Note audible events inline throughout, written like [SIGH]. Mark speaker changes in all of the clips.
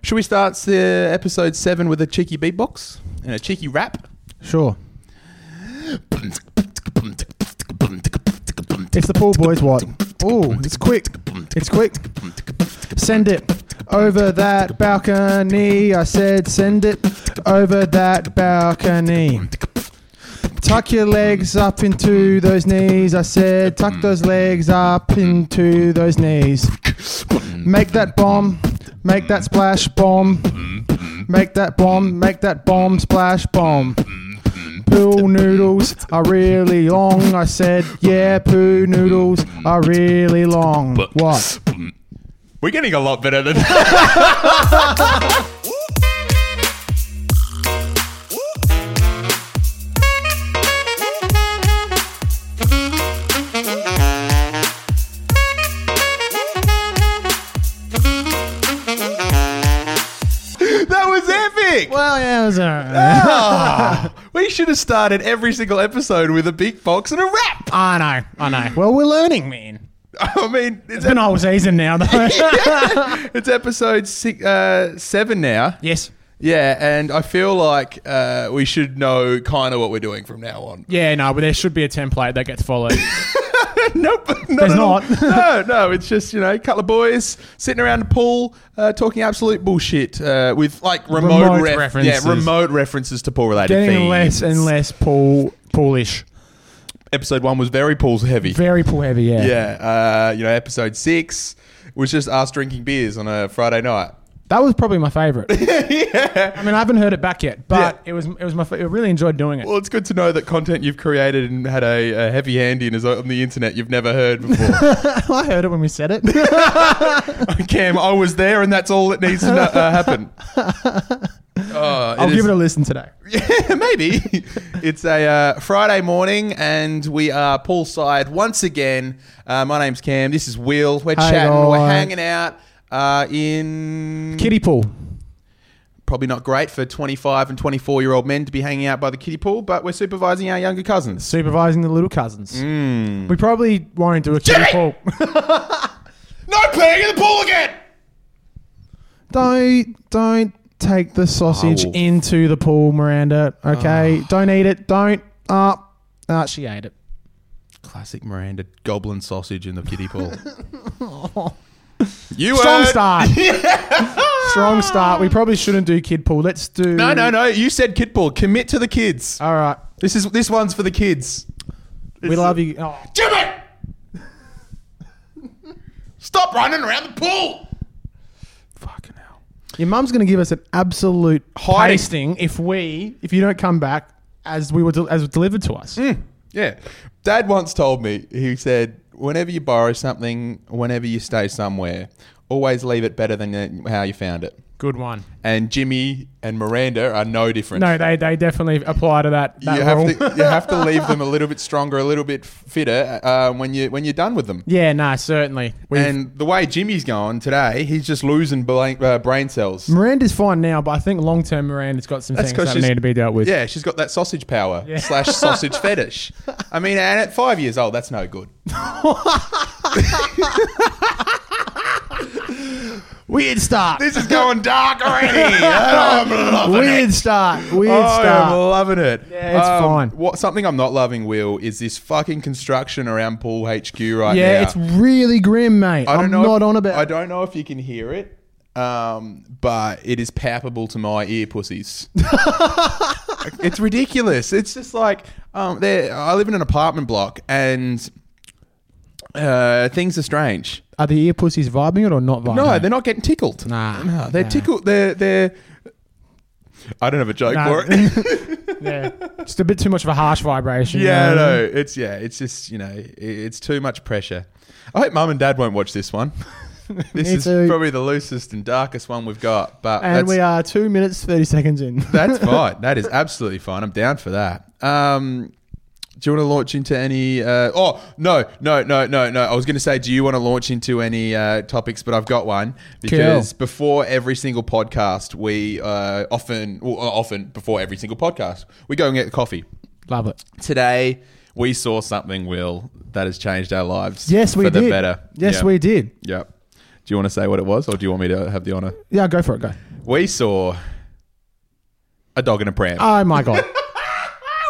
Speaker 1: Should we start uh, episode seven with a cheeky beatbox and a cheeky rap?
Speaker 2: Sure. It's the pool boys. What? Oh, it's quick. It's quick. Send it over that balcony. I said, send it over that balcony. Tuck your legs up into those knees. I said, tuck those legs up into those knees. Make that bomb. Make that splash bomb. Make that bomb. Make that bomb splash bomb. Poo noodles are really long. I said, yeah, poo noodles are really long. What?
Speaker 1: We're getting a lot better than that. [LAUGHS] that was epic.
Speaker 2: Well, yeah, it was uh, alright. [LAUGHS]
Speaker 1: Ah, we should have started every single episode with a beatbox and a rap. [LAUGHS]
Speaker 2: I know, I know. Well, we're learning, man.
Speaker 1: I mean, it's,
Speaker 2: It's been a whole season now, [LAUGHS] though.
Speaker 1: it's episode six, uh, seven now.
Speaker 2: yes.
Speaker 1: Yeah, and I feel like uh, we should know kind of what we're doing from now
Speaker 2: [LAUGHS]
Speaker 1: on.
Speaker 2: Yeah, no, but there should be a template that gets followed.
Speaker 1: nope, not
Speaker 2: There's
Speaker 1: at all. [LAUGHS]
Speaker 2: not.
Speaker 1: no, no, it's just you know, a couple of boys sitting around the pool uh, talking absolute bullshit uh, with like remote,
Speaker 2: Remote
Speaker 1: ref-
Speaker 2: references.
Speaker 1: Yeah, remote references to pool related
Speaker 2: [LAUGHS]
Speaker 1: things.
Speaker 2: Getting less and less pool poolish.
Speaker 1: Episode one was very pools heavy.
Speaker 2: Very pool heavy, yeah.
Speaker 1: yeah, uh, you know, episode six was just us drinking beers on a Friday night.
Speaker 2: That was probably my [LAUGHS] favorite.
Speaker 1: yeah.
Speaker 2: I mean, I haven't heard it back yet, but
Speaker 1: Yeah.
Speaker 2: it was it was my fa- I really enjoyed doing it.
Speaker 1: Well, it's good to know that content you've created and had a, a heavy hand in is on the internet you've never heard before. [LAUGHS]
Speaker 2: [LAUGHS] I heard it when we said it.
Speaker 1: Cam, I was there, and that's all that needs to kno- uh, happen. [LAUGHS] Oh,
Speaker 2: I'll give [LAUGHS] it a listen today.
Speaker 1: [LAUGHS] yeah, maybe. It's a uh, Friday morning, and we are poolside once again. Uh, my name's Cam. This is Will. We're
Speaker 2: Hey,
Speaker 1: chatting. We're
Speaker 2: guys.
Speaker 1: hanging out uh, in
Speaker 2: Kiddie pool.
Speaker 1: Probably not great for twenty-five and twenty-four-year-old men to be hanging out by the kiddie pool, but we're supervising our younger cousins.
Speaker 2: Supervising the little cousins. We probably won't do a kiddie
Speaker 1: Jimmy!
Speaker 2: pool.
Speaker 1: Not playing in the pool again.
Speaker 2: don't don't take the sausage
Speaker 1: I will-
Speaker 2: into the pool, Miranda. Okay,
Speaker 1: Ah.
Speaker 2: don't eat it. Don't. Uh, uh, she ate it.
Speaker 1: Classic Miranda goblin sausage in the kiddie
Speaker 2: [LAUGHS]
Speaker 1: pool. you
Speaker 2: Strong
Speaker 1: heard. [LAUGHS]
Speaker 2: start. Strong start. We probably shouldn't do kid pool. Let's do.
Speaker 1: No, no, no. You said kid pool. Commit to the kids.
Speaker 2: All right.
Speaker 1: This is this one's for the kids.
Speaker 2: we love you. Oh,
Speaker 1: Jimmy! Stop running around the pool! Fucking hell.
Speaker 2: your mum's going to give us an absolute
Speaker 1: Hiding.
Speaker 2: pasting if we if you don't come back as we were del- as delivered to us.
Speaker 1: Mm. Yeah. Dad once told me, he said, whenever you borrow something, whenever you stay somewhere, always leave it better than how you found it.
Speaker 2: Good one.
Speaker 1: And Jimmy and Miranda are no different.
Speaker 2: No, they they definitely apply to that. that
Speaker 1: you have,
Speaker 2: rule.
Speaker 1: to, you have to leave them a little bit stronger, a little bit fitter uh, when, you, when you're done with them.
Speaker 2: yeah, no, certainly. We've-
Speaker 1: And the way Jimmy's going today, he's just losing blank, uh, brain cells.
Speaker 2: Miranda's fine now, but I think long term Miranda's got some
Speaker 1: That's
Speaker 2: things
Speaker 1: 'cause
Speaker 2: that
Speaker 1: she's-
Speaker 2: need to be dealt with.
Speaker 1: Yeah, she's got that sausage power slash
Speaker 2: [LAUGHS]
Speaker 1: sausage fetish. I mean, and at five years old, that's no good.
Speaker 2: Weird start.
Speaker 1: This is going dark [LAUGHS] already. and I'm loving it.
Speaker 2: Weird start. Weird
Speaker 1: Oh, I'm
Speaker 2: start.
Speaker 1: loving it. Um,
Speaker 2: Yeah, it's fine.
Speaker 1: What something I'm not loving, Will, is this fucking construction around Pool HQ right now.
Speaker 2: Yeah, it's really grim, mate.
Speaker 1: I don't
Speaker 2: I'm
Speaker 1: know
Speaker 2: not
Speaker 1: if,
Speaker 2: on about.
Speaker 1: I don't know if you can hear it, um, but it is palpable to my ear pussies. [LAUGHS] it's ridiculous. It's just like um, there. I live in an apartment block, and uh, things are strange.
Speaker 2: Are the ear pussies vibing it or not vibing?
Speaker 1: No,
Speaker 2: it?
Speaker 1: they're not getting tickled.
Speaker 2: Oh,
Speaker 1: [LAUGHS]
Speaker 2: Nah.
Speaker 1: no, they're
Speaker 2: Nah.
Speaker 1: tickled. They're they're. I don't have a joke
Speaker 2: Nah.
Speaker 1: for
Speaker 2: [LAUGHS]
Speaker 1: it.
Speaker 2: yeah, just a bit too much of a harsh vibration. you
Speaker 1: yeah,
Speaker 2: know what I
Speaker 1: no,
Speaker 2: mean?
Speaker 1: it's yeah, it's just you know, i- it's too much pressure. I hope Mum and Dad won't watch this
Speaker 2: [LAUGHS]
Speaker 1: one. this
Speaker 2: Me
Speaker 1: is
Speaker 2: too.
Speaker 1: probably the loosest and darkest one we've got, but
Speaker 2: And
Speaker 1: that's-
Speaker 2: we are two minutes thirty
Speaker 1: [LAUGHS]
Speaker 2: seconds in.
Speaker 1: That's
Speaker 2: [LAUGHS]
Speaker 1: fine. That is absolutely fine. I'm down for that. Um, do you want to launch into any? Uh, oh no, no, no, no, no. I was going to say, do you want to launch into any uh, topics? But I've got one because before every single podcast, we uh, often, well, uh, often before every single podcast, we go and get coffee.
Speaker 2: Love it.
Speaker 1: Today, we saw something, Will, that has changed our lives.
Speaker 2: Yes, we
Speaker 1: for
Speaker 2: did.
Speaker 1: the better.
Speaker 2: Yes,
Speaker 1: Yeah.
Speaker 2: we did.
Speaker 1: Yep. Do you want to say what it was, or do you want me to have the honor?
Speaker 2: Yeah, go for it. Go.
Speaker 1: we saw a dog in a pram.
Speaker 2: Oh
Speaker 1: [LAUGHS]
Speaker 2: my god.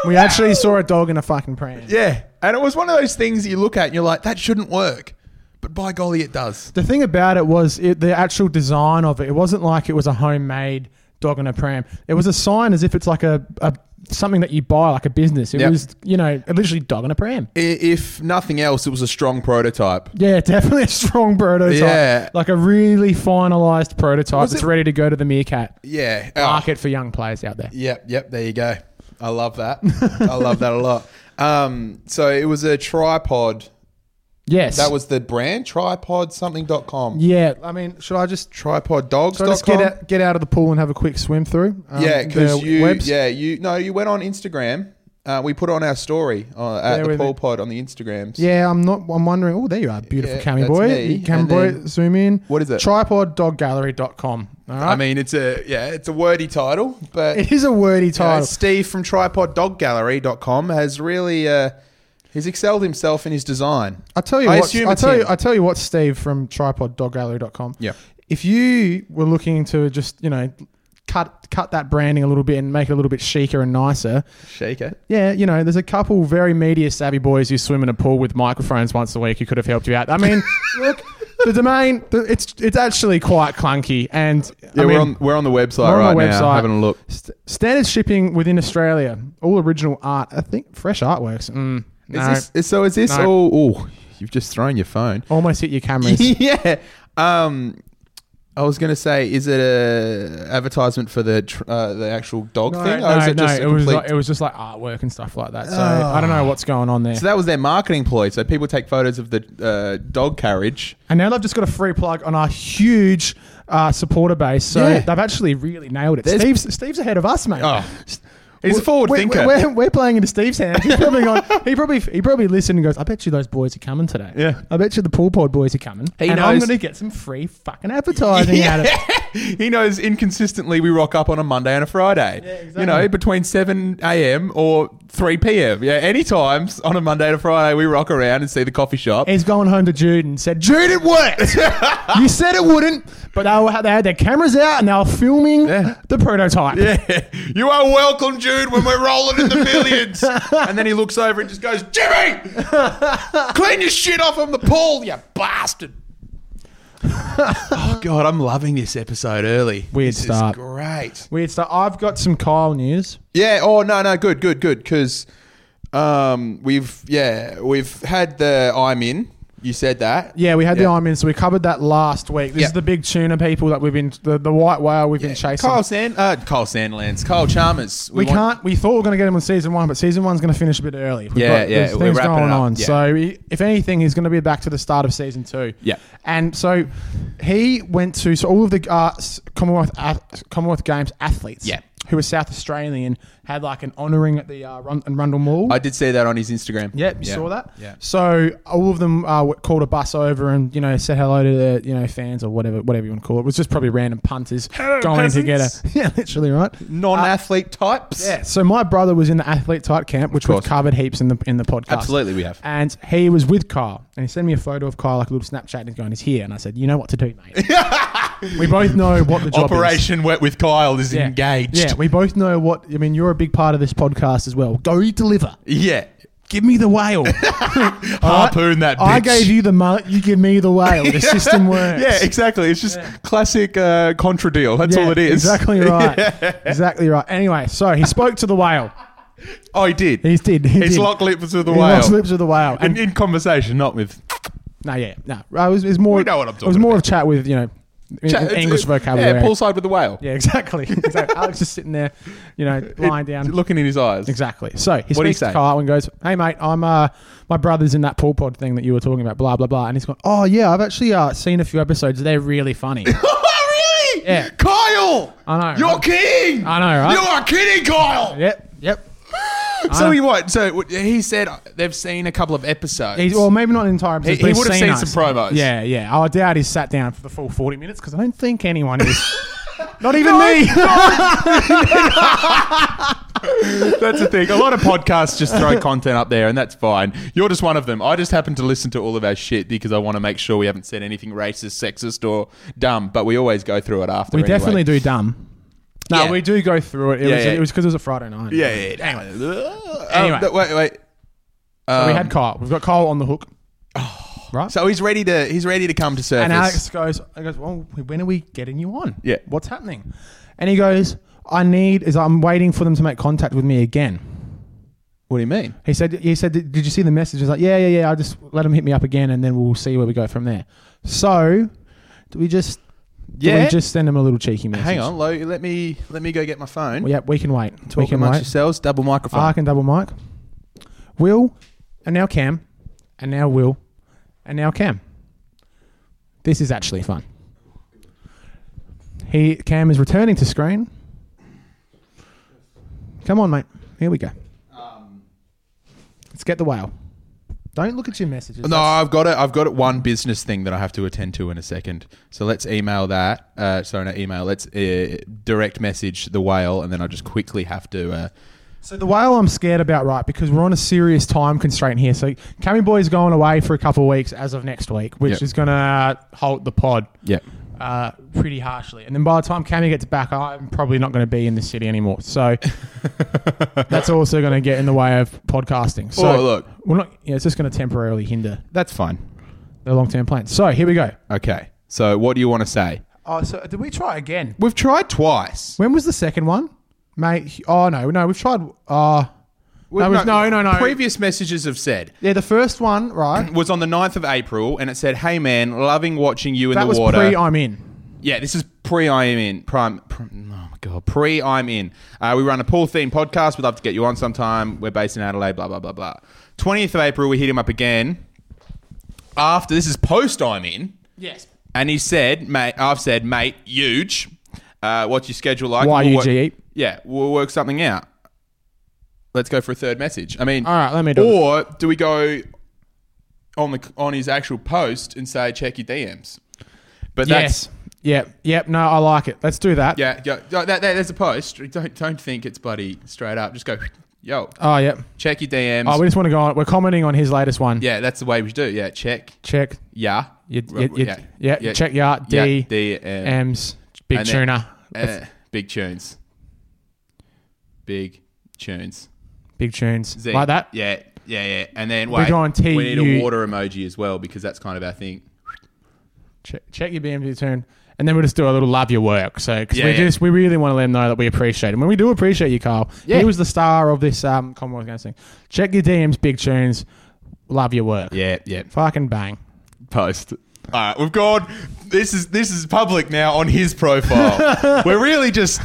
Speaker 2: We actually saw a dog in a fucking pram.
Speaker 1: yeah. And it was one of those things that you look at and you're like, that shouldn't work. But by golly, it does.
Speaker 2: The thing about it was it, the actual design of it. It wasn't like it was a homemade dog in a pram. It was a sign as if it's like a, a something that you buy, like a business. It
Speaker 1: Yep.
Speaker 2: was, you know, literally dog in a pram.
Speaker 1: I- If nothing else, it was a strong prototype.
Speaker 2: Yeah, [LAUGHS] definitely a strong prototype.
Speaker 1: Yeah.
Speaker 2: Like a really finalized prototype
Speaker 1: Was
Speaker 2: that's
Speaker 1: it-
Speaker 2: ready to go to the meerkat
Speaker 1: Yeah. Oh,
Speaker 2: market for young players out there.
Speaker 1: Yep, yep. There you go. I love that. I love that a
Speaker 2: [LAUGHS]
Speaker 1: lot. Um, so it was a tripod.
Speaker 2: Yes.
Speaker 1: That was the brand tripod something.com.
Speaker 2: Yeah, I mean, should I just
Speaker 1: Tripod
Speaker 2: should I just get out, get out of the pool and have a quick swim through? Um,
Speaker 1: yeah, because
Speaker 2: the
Speaker 1: you.
Speaker 2: webs?
Speaker 1: Yeah, you. No, you went on Instagram. Uh, we put on our story uh,
Speaker 2: Bear
Speaker 1: at the
Speaker 2: with
Speaker 1: Paul
Speaker 2: me.
Speaker 1: Pod on the Instagrams.
Speaker 2: Yeah, I'm not. I'm wondering. Oh, there you are, beautiful
Speaker 1: Yeah,
Speaker 2: Cammy
Speaker 1: that's
Speaker 2: boy.
Speaker 1: me.
Speaker 2: Cammy
Speaker 1: And
Speaker 2: boy,
Speaker 1: then-
Speaker 2: zoom in.
Speaker 1: What is it?
Speaker 2: Tripoddoggallery.com. All right.
Speaker 1: I mean, it's a yeah, it's a wordy title, but
Speaker 2: it is a wordy
Speaker 1: you know,
Speaker 2: title.
Speaker 1: Steve from tripoddoggallery.com has really uh, he's excelled himself in his design.
Speaker 2: I tell you
Speaker 1: I
Speaker 2: what.
Speaker 1: assume
Speaker 2: I
Speaker 1: it's
Speaker 2: tell you.
Speaker 1: him.
Speaker 2: I tell you what, Steve from tripoddoggallery.com.
Speaker 1: Yeah.
Speaker 2: If you were looking to just you know cut cut that branding a little bit and make it a little bit chicer and nicer,
Speaker 1: Shake it.
Speaker 2: yeah, you know, there's a couple very media savvy boys who swim in a pool with microphones once a week who could have helped you out. I mean, [LAUGHS] look, the domain. the- It's it's actually quite clunky and
Speaker 1: Yeah,
Speaker 2: I mean,
Speaker 1: we're on we're on the website
Speaker 2: we're on
Speaker 1: right
Speaker 2: the
Speaker 1: now,
Speaker 2: website.
Speaker 1: having a look.
Speaker 2: St- standard shipping within Australia. All original art. I think fresh artworks. Mm,
Speaker 1: Is
Speaker 2: no.
Speaker 1: this, is- so is this
Speaker 2: No.
Speaker 1: all? Oh, you've just thrown your phone.
Speaker 2: Almost hit your
Speaker 1: [LAUGHS]
Speaker 2: cameras.
Speaker 1: yeah. Um, I was going to say, is it a advertisement for the tr- uh, the actual dog
Speaker 2: no,
Speaker 1: thing,
Speaker 2: no,
Speaker 1: is
Speaker 2: no,
Speaker 1: a
Speaker 2: it was
Speaker 1: complete-
Speaker 2: like, it was just like artwork and stuff like that. So
Speaker 1: Oh.
Speaker 2: I don't know what's going on there.
Speaker 1: so that was their marketing ploy. So people take photos of the uh, dog carriage.
Speaker 2: and now they've just got a free plug on our huge uh, supporter base. So
Speaker 1: Yeah.
Speaker 2: they've actually really nailed it.
Speaker 1: There's-
Speaker 2: Steve's Steve's ahead of us, mate. [LAUGHS]
Speaker 1: Oh, he's a
Speaker 2: We're-
Speaker 1: forward
Speaker 2: we're,
Speaker 1: thinker.
Speaker 2: We're, we're playing into Steve's hands. He's probably gone, he probably he probably listened and goes, "I bet you those boys are coming today.
Speaker 1: Yeah.
Speaker 2: I bet you the pool pod boys are coming.
Speaker 1: He
Speaker 2: and I'm
Speaker 1: knows-
Speaker 2: going to get some free
Speaker 1: [LAUGHS]
Speaker 2: fucking advertising out of it."
Speaker 1: he knows inconsistently we rock up on a Monday and a Friday. You know,
Speaker 2: exactly.
Speaker 1: between 7 a.m. or 3 p.m. Yeah, any times on a Monday and a Friday, we rock around and see the coffee shop.
Speaker 2: He's going home to Jude and said, Jude, it
Speaker 1: [LAUGHS]
Speaker 2: worked. you said it wouldn't, but they, were, they had their cameras out and they were filming
Speaker 1: Yeah.
Speaker 2: the prototype.
Speaker 1: Yeah. [LAUGHS] You are welcome, Jude, when we're rolling in the millions. and then he looks over and just goes, Jimmy, clean your shit off on the pool, you bastard. oh, God, I'm loving this episode early.
Speaker 2: Weird
Speaker 1: This is
Speaker 2: start.
Speaker 1: great.
Speaker 2: Weird stuff. I've got some Kyle news.
Speaker 1: Yeah. Oh, no, no. Good, good, good. Because um, we've, yeah, we've had the I'm in. You said that.
Speaker 2: Yeah, we had the
Speaker 1: Yeah.
Speaker 2: I'm in, so we covered that last week. This
Speaker 1: Yeah.
Speaker 2: is the big tuna people that we've been, the, the white whale we've been chasing.
Speaker 1: Kyle Sand, uh, Kyle Sandlands, Kyle Chalmers.
Speaker 2: we
Speaker 1: want-
Speaker 2: can't. We thought we were going to get him on season one, but season one's going to finish a bit early. We've
Speaker 1: Yeah,
Speaker 2: got,
Speaker 1: yeah,
Speaker 2: there's
Speaker 1: we're
Speaker 2: Things
Speaker 1: wrapping
Speaker 2: going
Speaker 1: it up,
Speaker 2: on.
Speaker 1: yeah.
Speaker 2: So, he- if anything, he's going to be back to the start of season two.
Speaker 1: Yeah.
Speaker 2: And so, he went to so all of the uh, s- Commonwealth ath- Commonwealth Games athletes.
Speaker 1: Yeah.
Speaker 2: Who were South Australian had like an honouring at the uh, Run- and Rundle Mall.
Speaker 1: I did see that on his Instagram.
Speaker 2: Yep, you saw that.
Speaker 1: Yeah.
Speaker 2: So all of them uh, w- called a bus over and you know said hello to the you know fans or whatever whatever you want to call it. It was just probably random punters
Speaker 1: Hello,
Speaker 2: going to get a
Speaker 1: peasants.
Speaker 2: [LAUGHS] yeah, literally right.
Speaker 1: Non-athlete types.
Speaker 2: Uh, Yeah. So my brother was in the athlete type camp, which we've
Speaker 1: course.
Speaker 2: covered heaps in the in the podcast.
Speaker 1: Absolutely, we have.
Speaker 2: And he was with Kyle, and he sent me a photo of Kyle, like a little Snapchat, and he's going, "He's here." And I said, "You know what to do,
Speaker 1: [LAUGHS]
Speaker 2: mate. we both know what the job is."
Speaker 1: Operation Wet with Kyle is
Speaker 2: Yeah.
Speaker 1: engaged.
Speaker 2: Yeah, we both know what. I mean, you're a big part of this podcast as well. Go deliver.
Speaker 1: Yeah.
Speaker 2: Give me the
Speaker 1: [LAUGHS]
Speaker 2: whale.
Speaker 1: Harpoon that bitch.
Speaker 2: I gave you the mullet. You give me the whale. The system
Speaker 1: [LAUGHS]
Speaker 2: works.
Speaker 1: Yeah, exactly. It's just classic uh, contra deal. That's
Speaker 2: Yeah,
Speaker 1: all it is. [LAUGHS]
Speaker 2: Exactly right. Exactly right. Anyway, so he spoke to the whale.
Speaker 1: Oh, he did.
Speaker 2: He did. He
Speaker 1: He's
Speaker 2: did.
Speaker 1: locked lips with the
Speaker 2: He
Speaker 1: whale.
Speaker 2: lost lips with the whale.
Speaker 1: In,
Speaker 2: And
Speaker 1: in conversation, not with.
Speaker 2: no, yeah, no. Right, It was, it was more.
Speaker 1: We know what I'm
Speaker 2: It was
Speaker 1: talking
Speaker 2: more
Speaker 1: about.
Speaker 2: of chat with you know in-
Speaker 1: Chat-
Speaker 2: in [LAUGHS] English
Speaker 1: yeah,
Speaker 2: vocabulary.
Speaker 1: Yeah, poolside with the whale.
Speaker 2: [LAUGHS] Yeah, exactly. exactly. Alex is sitting there, you know, lying down.
Speaker 1: Looking in his eyes.
Speaker 2: Exactly. So he
Speaker 1: What'd he
Speaker 2: speaks to
Speaker 1: say?
Speaker 2: Kyle and goes, "Hey mate, I'm uh, my brother's in that pool pod thing that you were talking about, blah blah blah." And he's going, "Oh yeah, I've actually uh, seen a few episodes. They're
Speaker 1: [LAUGHS]
Speaker 2: really funny."
Speaker 1: [LAUGHS] oh, really?
Speaker 2: Yeah.
Speaker 1: Kyle!
Speaker 2: I know,
Speaker 1: You're
Speaker 2: right?
Speaker 1: kidding!
Speaker 2: I know, right?
Speaker 1: You are kidding, Kyle! [LAUGHS]
Speaker 2: yep, yep.
Speaker 1: So
Speaker 2: know.
Speaker 1: he what? So w- he said uh, they've seen a couple of episodes.
Speaker 2: He's, well, maybe not in entire
Speaker 1: He-
Speaker 2: episode. but
Speaker 1: he
Speaker 2: he's
Speaker 1: would've seen
Speaker 2: us.
Speaker 1: some promos.
Speaker 2: Yeah, yeah. I doubt he's sat down for the full forty minutes because
Speaker 1: [LAUGHS]
Speaker 2: I don't think anyone is. not even me.
Speaker 1: That's the thing. A lot of podcasts just throw content up there, and that's fine. You're just one of them. I just happen to listen to all of our shit because I want to make sure we haven't said anything racist, sexist, or dumb. But we always go through it after.
Speaker 2: We
Speaker 1: anyway.
Speaker 2: definitely do dumb. No,
Speaker 1: Yeah.
Speaker 2: we do go through it. It
Speaker 1: Yeah,
Speaker 2: was
Speaker 1: yeah.
Speaker 2: it was because it was a Friday night.
Speaker 1: Yeah. yeah, yeah. Anyway. Um,
Speaker 2: Anyway.
Speaker 1: th- wait, wait.
Speaker 2: So we
Speaker 1: Um,
Speaker 2: had Kyle. We've got Kyle on the hook. right.
Speaker 1: So he's ready to he's ready to come to surface.
Speaker 2: and Alex goes, I goes, well, when are we getting you on?
Speaker 1: Yeah.
Speaker 2: What's happening? And he goes, I need is I'm waiting for them to make contact with me again.
Speaker 1: what do you mean?
Speaker 2: He said, he said, did you see the message? I was like, yeah, yeah, yeah. I just let him hit me up again, and then we'll see where we go from there. So, do we just, yeah, do
Speaker 1: Yeah.
Speaker 2: we just send him a little cheeky message?
Speaker 1: Hang on, Lo, let me let me go get my phone.
Speaker 2: Well, yeah, we can wait. we
Speaker 1: Talk
Speaker 2: can
Speaker 1: amongst
Speaker 2: wait.
Speaker 1: yourselves. Double microphone.
Speaker 2: I can double mic. Will, and now Cam, and now Will, and now Cam. This is actually fun. He Cam is returning to screen. Come on, mate. Here we go. Let's get the whale. Don't look at your messages.
Speaker 1: No, I've got it. I've got it. One business thing that I have to attend to in a second. So let's email that. Uh, sorry, not email. Let's uh, direct message the whale, and then I just quickly have to. Uh,
Speaker 2: So the whale I'm scared about, right? Because we're on a serious time constraint here. So Cammy Boy's going away for a couple of weeks as of next week, which
Speaker 1: Yep.
Speaker 2: is going to halt the pod.
Speaker 1: yeah,
Speaker 2: uh, pretty harshly. And then by the time Cammy gets back, I'm probably not going to be in the city anymore.
Speaker 1: [LAUGHS]
Speaker 2: So that's also going to get in the way of podcasting. So
Speaker 1: Oh, look.
Speaker 2: we're not. Yeah, it's just going to temporarily hinder
Speaker 1: that's fine.
Speaker 2: the long term plans. So here we go.
Speaker 1: Okay. So what do you want to say?
Speaker 2: Oh, so did we try again?
Speaker 1: We've tried twice.
Speaker 2: When was the second one, mate? Oh no, no, we've tried. Uh, no, we've- no, no, no.
Speaker 1: Previous messages have said
Speaker 2: yeah, the first one, right?
Speaker 1: was on the 9th of April, and it said, "Hey man, loving watching you in
Speaker 2: That
Speaker 1: the
Speaker 2: was
Speaker 1: water."
Speaker 2: pre. I'm in.
Speaker 1: Yeah, this is pre I am in. Prime, pre, oh my god, pre I'm in. Uh, we run a pool themed podcast. We'd love to get you on sometime. We're based in Adelaide. Blah blah blah blah. Twentieth of April, we hit him up again. After this is post I'm in,
Speaker 2: Yes.
Speaker 1: and he said, "Mate, I've said, mate, huge. Uh, what's your schedule like? We'll work-
Speaker 2: YUGE.
Speaker 1: yeah, we'll work something out. Let's go for a third message. I mean,
Speaker 2: All right, let me do it.
Speaker 1: or do we go on the on his actual post and say check your DMs? But that's
Speaker 2: Yes. Yep. Yep. No, I like it. Let's do that.
Speaker 1: yeah, yeah. That, that, there's a post. Don't don't think it's bloody straight up. Just go, yo,
Speaker 2: Oh, yep.
Speaker 1: check your DMs.
Speaker 2: Oh, we just want to go on. We're commenting on his latest one.
Speaker 1: yeah, that's the way we do. it. Yeah, check.
Speaker 2: Check.
Speaker 1: Yeah,
Speaker 2: You, you, you, yeah. you check your D.
Speaker 1: Yeah, DM.
Speaker 2: M's big
Speaker 1: And then-
Speaker 2: tuna,
Speaker 1: Uh, big tunes. Big tunes.
Speaker 2: big tunes
Speaker 1: Z.
Speaker 2: like that.
Speaker 1: Yeah, yeah, yeah. And then wait,
Speaker 2: go on T,
Speaker 1: we need
Speaker 2: U-
Speaker 1: a water emoji as well because that's kind of our thing.
Speaker 2: Check, check your BMG turn, and then we'll just do a little love your work. So 'cause
Speaker 1: Yeah,
Speaker 2: we
Speaker 1: yeah.
Speaker 2: just we really want to let them know that we appreciate it. And we do appreciate you, Carl.
Speaker 1: Yeah.
Speaker 2: He was the star of this um, Commonwealth Games thing. Check your DMs, big tunes, love your work.
Speaker 1: Yeah, yeah.
Speaker 2: Fucking bang.
Speaker 1: post. All right, we've gone. This is this is public now on his
Speaker 2: [LAUGHS]
Speaker 1: profile. we're really just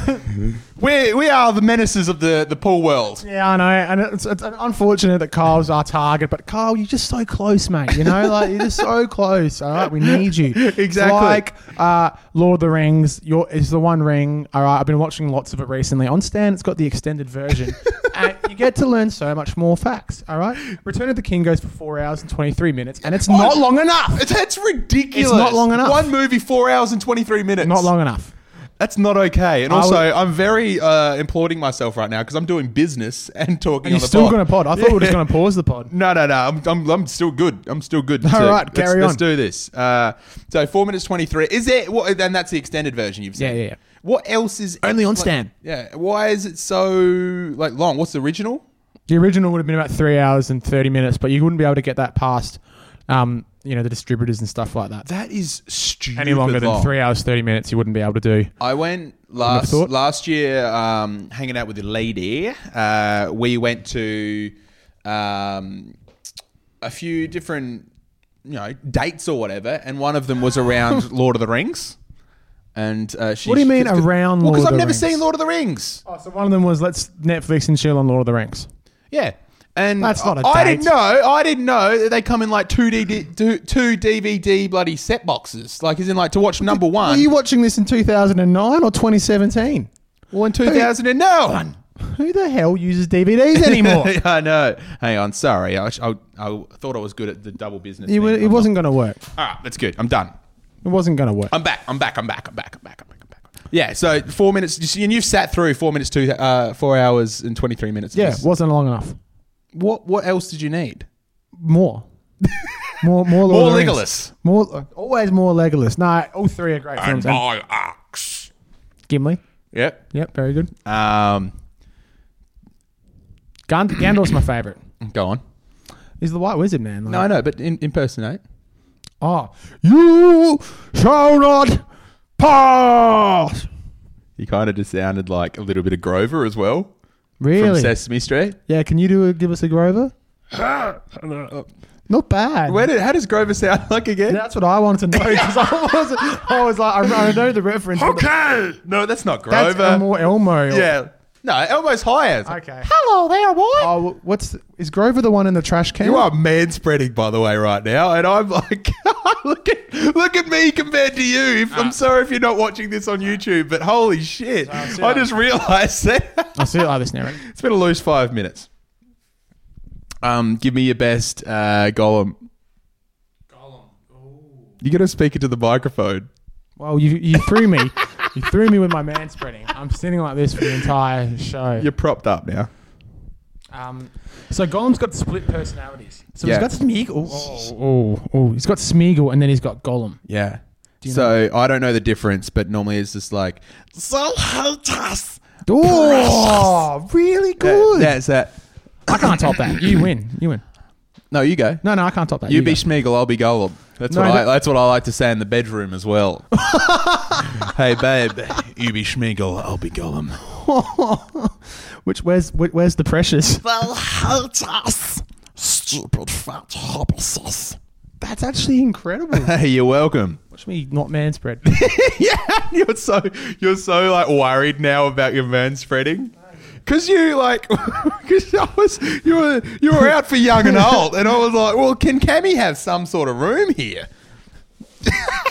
Speaker 1: we we are the menaces of the the pool world.
Speaker 2: Yeah, I know, and it's, it's unfortunate that Carl's our target, but Carl, you're just so close, mate. You know, like you're just
Speaker 1: [LAUGHS]
Speaker 2: so close. All right, we need you. It's
Speaker 1: Exactly.
Speaker 2: like uh, Lord of the Rings. Your is the one ring. All right, I've been watching lots of it recently on Stan. It's got the
Speaker 1: [LAUGHS]
Speaker 2: extended version, and you get to learn so much more facts. All right, Return of the King goes for four hours and twenty three minutes, and it's not long enough.
Speaker 1: It's, that's ridiculous.
Speaker 2: It's not long enough.
Speaker 1: One movie, four hours and twenty three minutes.
Speaker 2: Not long enough.
Speaker 1: That's not okay. And
Speaker 2: I
Speaker 1: also,
Speaker 2: would-
Speaker 1: I'm very uh, imploding myself right now because I'm doing business and talking.
Speaker 2: And
Speaker 1: on
Speaker 2: you're
Speaker 1: the
Speaker 2: still
Speaker 1: pod.
Speaker 2: going to pod. I thought we were just
Speaker 1: Yeah.
Speaker 2: going to pause the pod.
Speaker 1: No, no, no. I'm, I'm, I'm still good. I'm still good. All
Speaker 2: right,
Speaker 1: let's,
Speaker 2: carry on.
Speaker 1: Let's do this. Uh, so four minutes twenty three. Is there? What, and that's the extended version you've seen.
Speaker 2: Yeah, yeah, yeah.
Speaker 1: What else is
Speaker 2: Only on
Speaker 1: like-
Speaker 2: Stan.
Speaker 1: Yeah. Why is it so like long? What's the original?
Speaker 2: The original would have been about three hours and thirty minutes, but you wouldn't be able to get that past, um, you know, the distributors and stuff like that.
Speaker 1: That is stupid.
Speaker 2: Any longer than
Speaker 1: long.
Speaker 2: three hours thirty minutes, you wouldn't be able to do.
Speaker 1: I went last
Speaker 2: thought?
Speaker 1: last year um, hanging out with a lady. Uh, we went to um, a few different you know dates or whatever, and one of them was
Speaker 2: [LAUGHS]
Speaker 1: around Lord of the Rings. And uh, she,
Speaker 2: What do you mean
Speaker 1: cause-
Speaker 2: around
Speaker 1: Well,
Speaker 2: Lord of
Speaker 1: I've
Speaker 2: the
Speaker 1: never
Speaker 2: Rings?
Speaker 1: seen Lord of the Rings.
Speaker 2: Oh, so one of them was let's Netflix and chill on Lord of the Rings.
Speaker 1: Yeah. And
Speaker 2: That's not a
Speaker 1: I
Speaker 2: date.
Speaker 1: didn't know. I didn't know that they come in like two, DD, two, two DVD bloody set boxes. Like, as in like to watch number one.
Speaker 2: Are you watching this in two thousand and nine or twenty seventeen?
Speaker 1: well, in two thousand and no.
Speaker 2: Who the hell uses DVDs anymore?
Speaker 1: [LAUGHS] I know. Hang on. Sorry. I, I, I thought I was good at the double business.
Speaker 2: it, wa-
Speaker 1: thing.
Speaker 2: it
Speaker 1: I'm
Speaker 2: wasn't going to work.
Speaker 1: not. All right. That's good. I'm done.
Speaker 2: It wasn't going to work.
Speaker 1: I'm back. I'm back. I'm back. I'm back. I'm back. I'm back. I'm back. Yeah, so four minutes, you see, and you've sat through four minutes, two, uh, four hours and twenty three minutes. of
Speaker 2: Yeah,
Speaker 1: this.
Speaker 2: wasn't long enough.
Speaker 1: What What else did you need?
Speaker 2: More. [LAUGHS] More, more, Lord
Speaker 1: More
Speaker 2: of the Rings.
Speaker 1: Legolas.
Speaker 2: More, uh, always more Legolas. Nah, all three are great films. And
Speaker 1: my axe.
Speaker 2: Gimli.
Speaker 1: Yep.
Speaker 2: Yep, very good.
Speaker 1: Um.
Speaker 2: Gand- Gandalf's my favorite.
Speaker 1: Go on.
Speaker 2: He's the White Wizard, man. Like,
Speaker 1: No, I know, but in, impersonate.
Speaker 2: Oh, you shall not pass.
Speaker 1: He kind of just sounded like a little bit of Grover as well from
Speaker 2: Really?
Speaker 1: Sesame Street.
Speaker 2: yeah. Can you do a, give us a Grover? Not bad.
Speaker 1: Where did, how does Grover sound [LAUGHS] like again?
Speaker 2: That's what I wanted to know 'cause I was, I was like, I, I know the reference. but
Speaker 1: Okay. No, that's not
Speaker 2: That's
Speaker 1: Grover.
Speaker 2: a more Elmo.
Speaker 1: yeah. No, almost higher.
Speaker 2: Oh. Okay.
Speaker 1: Hello there, boy.
Speaker 2: Oh, wh- what's is Grover the one in the trash can?
Speaker 1: You are man spreading, by the way, right now, and I'm like, [LAUGHS] look at look at me compared to you. If, I'm sorry if you're not watching this on YouTube, but holy shit,
Speaker 2: see
Speaker 1: I
Speaker 2: that.
Speaker 1: just realised [LAUGHS] that
Speaker 2: I see it like this now. Right?
Speaker 1: it's been a loose five minutes. Um, give me your best uh, golem. Golem. You gotta speak into the microphone.
Speaker 2: Well, you you threw me. You threw me with my man spreading. I'm sitting like this for the entire show.
Speaker 1: You're propped up now.
Speaker 2: Um, so Golem's got split personalities. So
Speaker 1: Yeah.
Speaker 2: he's got Smeagol. Oh, oh, oh, he's got Smeagol, and then he's got Golem.
Speaker 1: Yeah.
Speaker 2: you
Speaker 1: So I don't know the difference, but normally it's just like so hate us.
Speaker 2: Oh, really good.
Speaker 1: That's that.
Speaker 2: I can't top that. You win. You win.
Speaker 1: No, you go.
Speaker 2: No, no, I can't top that.
Speaker 1: You be
Speaker 2: go.
Speaker 1: Schmiegel, I'll be Golem. That's
Speaker 2: No,
Speaker 1: what I,
Speaker 2: that-
Speaker 1: that's what I like to say in the bedroom as well. hey babe, you be Schmiegel, I'll be Golem.
Speaker 2: [LAUGHS] Which where's wh- where's the precious?
Speaker 3: Well, halt us, stupid fat hobbitses.
Speaker 2: That's actually incredible.
Speaker 1: [LAUGHS] Hey, you're welcome.
Speaker 2: Watch me not
Speaker 1: [LAUGHS]
Speaker 2: man spread.
Speaker 1: yeah, you're so you're so like worried now about your man spreading. Cause you like, [LAUGHS] cause I was you were you were out for young and old, and I was like, well, can Cammy have some sort of room here? [LAUGHS]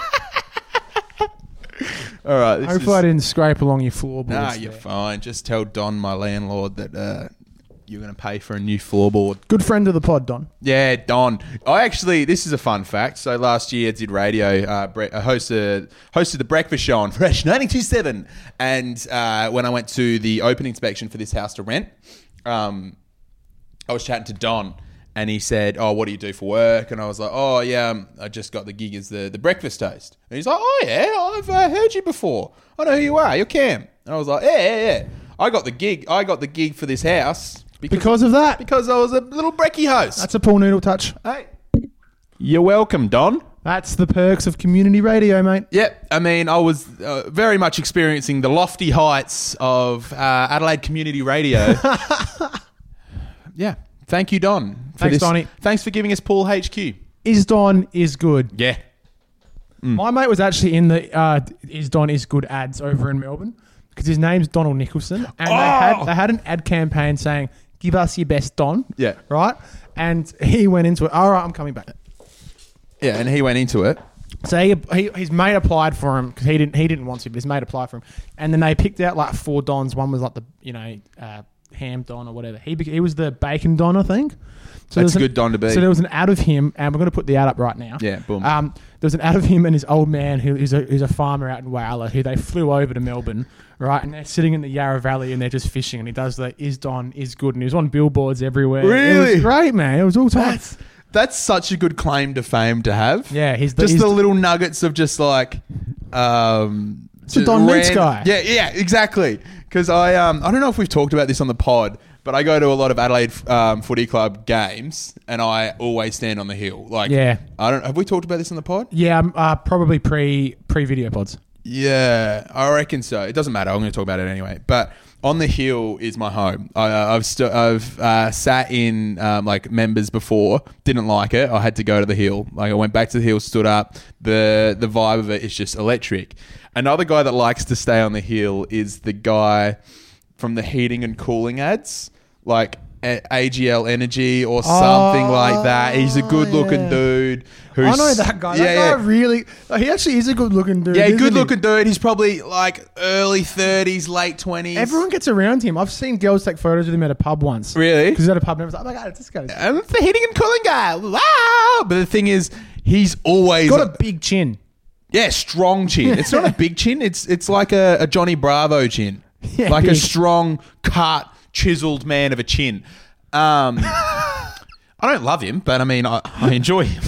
Speaker 1: All right, this
Speaker 2: Hopefully, I didn't scrape along your floorboards.
Speaker 1: Nah, you're
Speaker 2: there.
Speaker 1: fine. Just tell Don, my landlord, that uh, you're going to pay for a new floorboard.
Speaker 2: Good friend of the pod, Don.
Speaker 1: Yeah, Don. I actually, this is a fun fact. So last year I did radio, uh, bre- I hosted, hosted the breakfast show on [LAUGHS] Fresh 92.7. And uh, when I went to the open inspection for this house to rent, um, I was chatting to Don and he said, Oh, what do you do for work? And I was like, Oh, yeah, um, I just got the gig as the, the breakfast host. And he's like, Oh, yeah, I've uh, heard you before. I know who you are. You're Cam. And I was like, Yeah, yeah, yeah. I got the gig. I got the gig for this house because,
Speaker 2: Because of that,
Speaker 1: because I was a little brekkie host.
Speaker 2: that's a Paul Noodle touch.
Speaker 1: Hey. You're welcome, Don.
Speaker 2: That's the perks of community radio, mate.
Speaker 1: Yep. I mean, I was uh, very much experiencing the lofty heights of uh, Adelaide Community [LAUGHS] Radio. yeah. Thank you, Don. for
Speaker 2: Thanks,
Speaker 1: this.
Speaker 2: Donny.
Speaker 1: Thanks for giving us Paul HQ.
Speaker 2: Is Don is good.
Speaker 1: Yeah.
Speaker 2: My mate was actually in the uh, Is Don Is Good ads over in Melbourne because his name's Donald Nicholson. And they, had, they had an ad campaign saying, Give us your best Don.
Speaker 1: Yeah.
Speaker 2: Right? And he went into it. All right, I'm coming back.
Speaker 1: Yeah, and he went into it.
Speaker 2: So he, he, his mate applied for him because he didn't he didn't want to, but his mate applied for him. And then they picked out like four dons. One was like the you know uh, ham don or whatever. He bec- he was the bacon don, I think. So there
Speaker 1: That's
Speaker 2: was
Speaker 1: a
Speaker 2: an-
Speaker 1: good don to be.
Speaker 2: So there was an ad of him, and we're going to put the ad up right now.
Speaker 1: Yeah, boom.
Speaker 2: Um, there was an ad of him and his old man who is a who's a farmer out in Wowler who they flew over to Melbourne, right? And they're sitting in the Yarra Valley and they're just fishing. And he does the is don is good, and he was on billboards everywhere. It
Speaker 1: Really?
Speaker 2: was great, man. It was all time.
Speaker 1: That's that's such a good claim to fame to have.
Speaker 2: Yeah, he's the-
Speaker 1: just
Speaker 2: he's
Speaker 1: the
Speaker 2: the-
Speaker 1: little nuggets of just like um
Speaker 2: a
Speaker 1: ju-
Speaker 2: Don Leeds guy.
Speaker 1: Yeah, yeah, exactly. Cuz I um I don't know if we've talked about this on the pod, but I go to a lot of Adelaide um, footy club games and I always stand on the hill. Like
Speaker 2: Yeah.
Speaker 1: I don't have we talked about this on the pod?
Speaker 2: Yeah, um, uh, probably pre pre video pods.
Speaker 1: Yeah, I reckon so. It doesn't matter. I'm going to talk about it anyway. But on the hill is my home. I, uh, I've st- I've uh, sat in um, like members before. Didn't like it. I had to go to the hill. Like I went back to the hill, stood up. the The vibe of it is just electric. Another guy that likes to stay on the hill is the guy from the heating and cooling ads, like. A- AGL Energy or something
Speaker 2: Oh,
Speaker 1: like that. He's a good-looking
Speaker 2: yeah.
Speaker 1: dude. Who's,
Speaker 2: I know Oh, that guy. that guy really. like, He actually is a good looking dude.
Speaker 1: yeah,
Speaker 2: isn't
Speaker 1: good
Speaker 2: he?
Speaker 1: looking dude. He's probably like early 30s, late 20s.
Speaker 2: Everyone gets around him. I've seen girls take photos with him at a pub once.
Speaker 1: Really?
Speaker 2: Because at a pub, and I was like, "Oh my god, it's this guy's
Speaker 1: I'm the hitting and calling guy. Wow. But the thing is, he's always
Speaker 2: got a big chin."
Speaker 1: Yeah, strong chin. It's
Speaker 2: [LAUGHS]
Speaker 1: not a big chin. It's it's like a, a Johnny Bravo chin,
Speaker 2: Yeah,
Speaker 1: like a
Speaker 2: big.
Speaker 1: strong, cut, chiseled man of a chin.
Speaker 2: [LAUGHS]
Speaker 1: Um, I don't love him, but I mean, I, I enjoy him.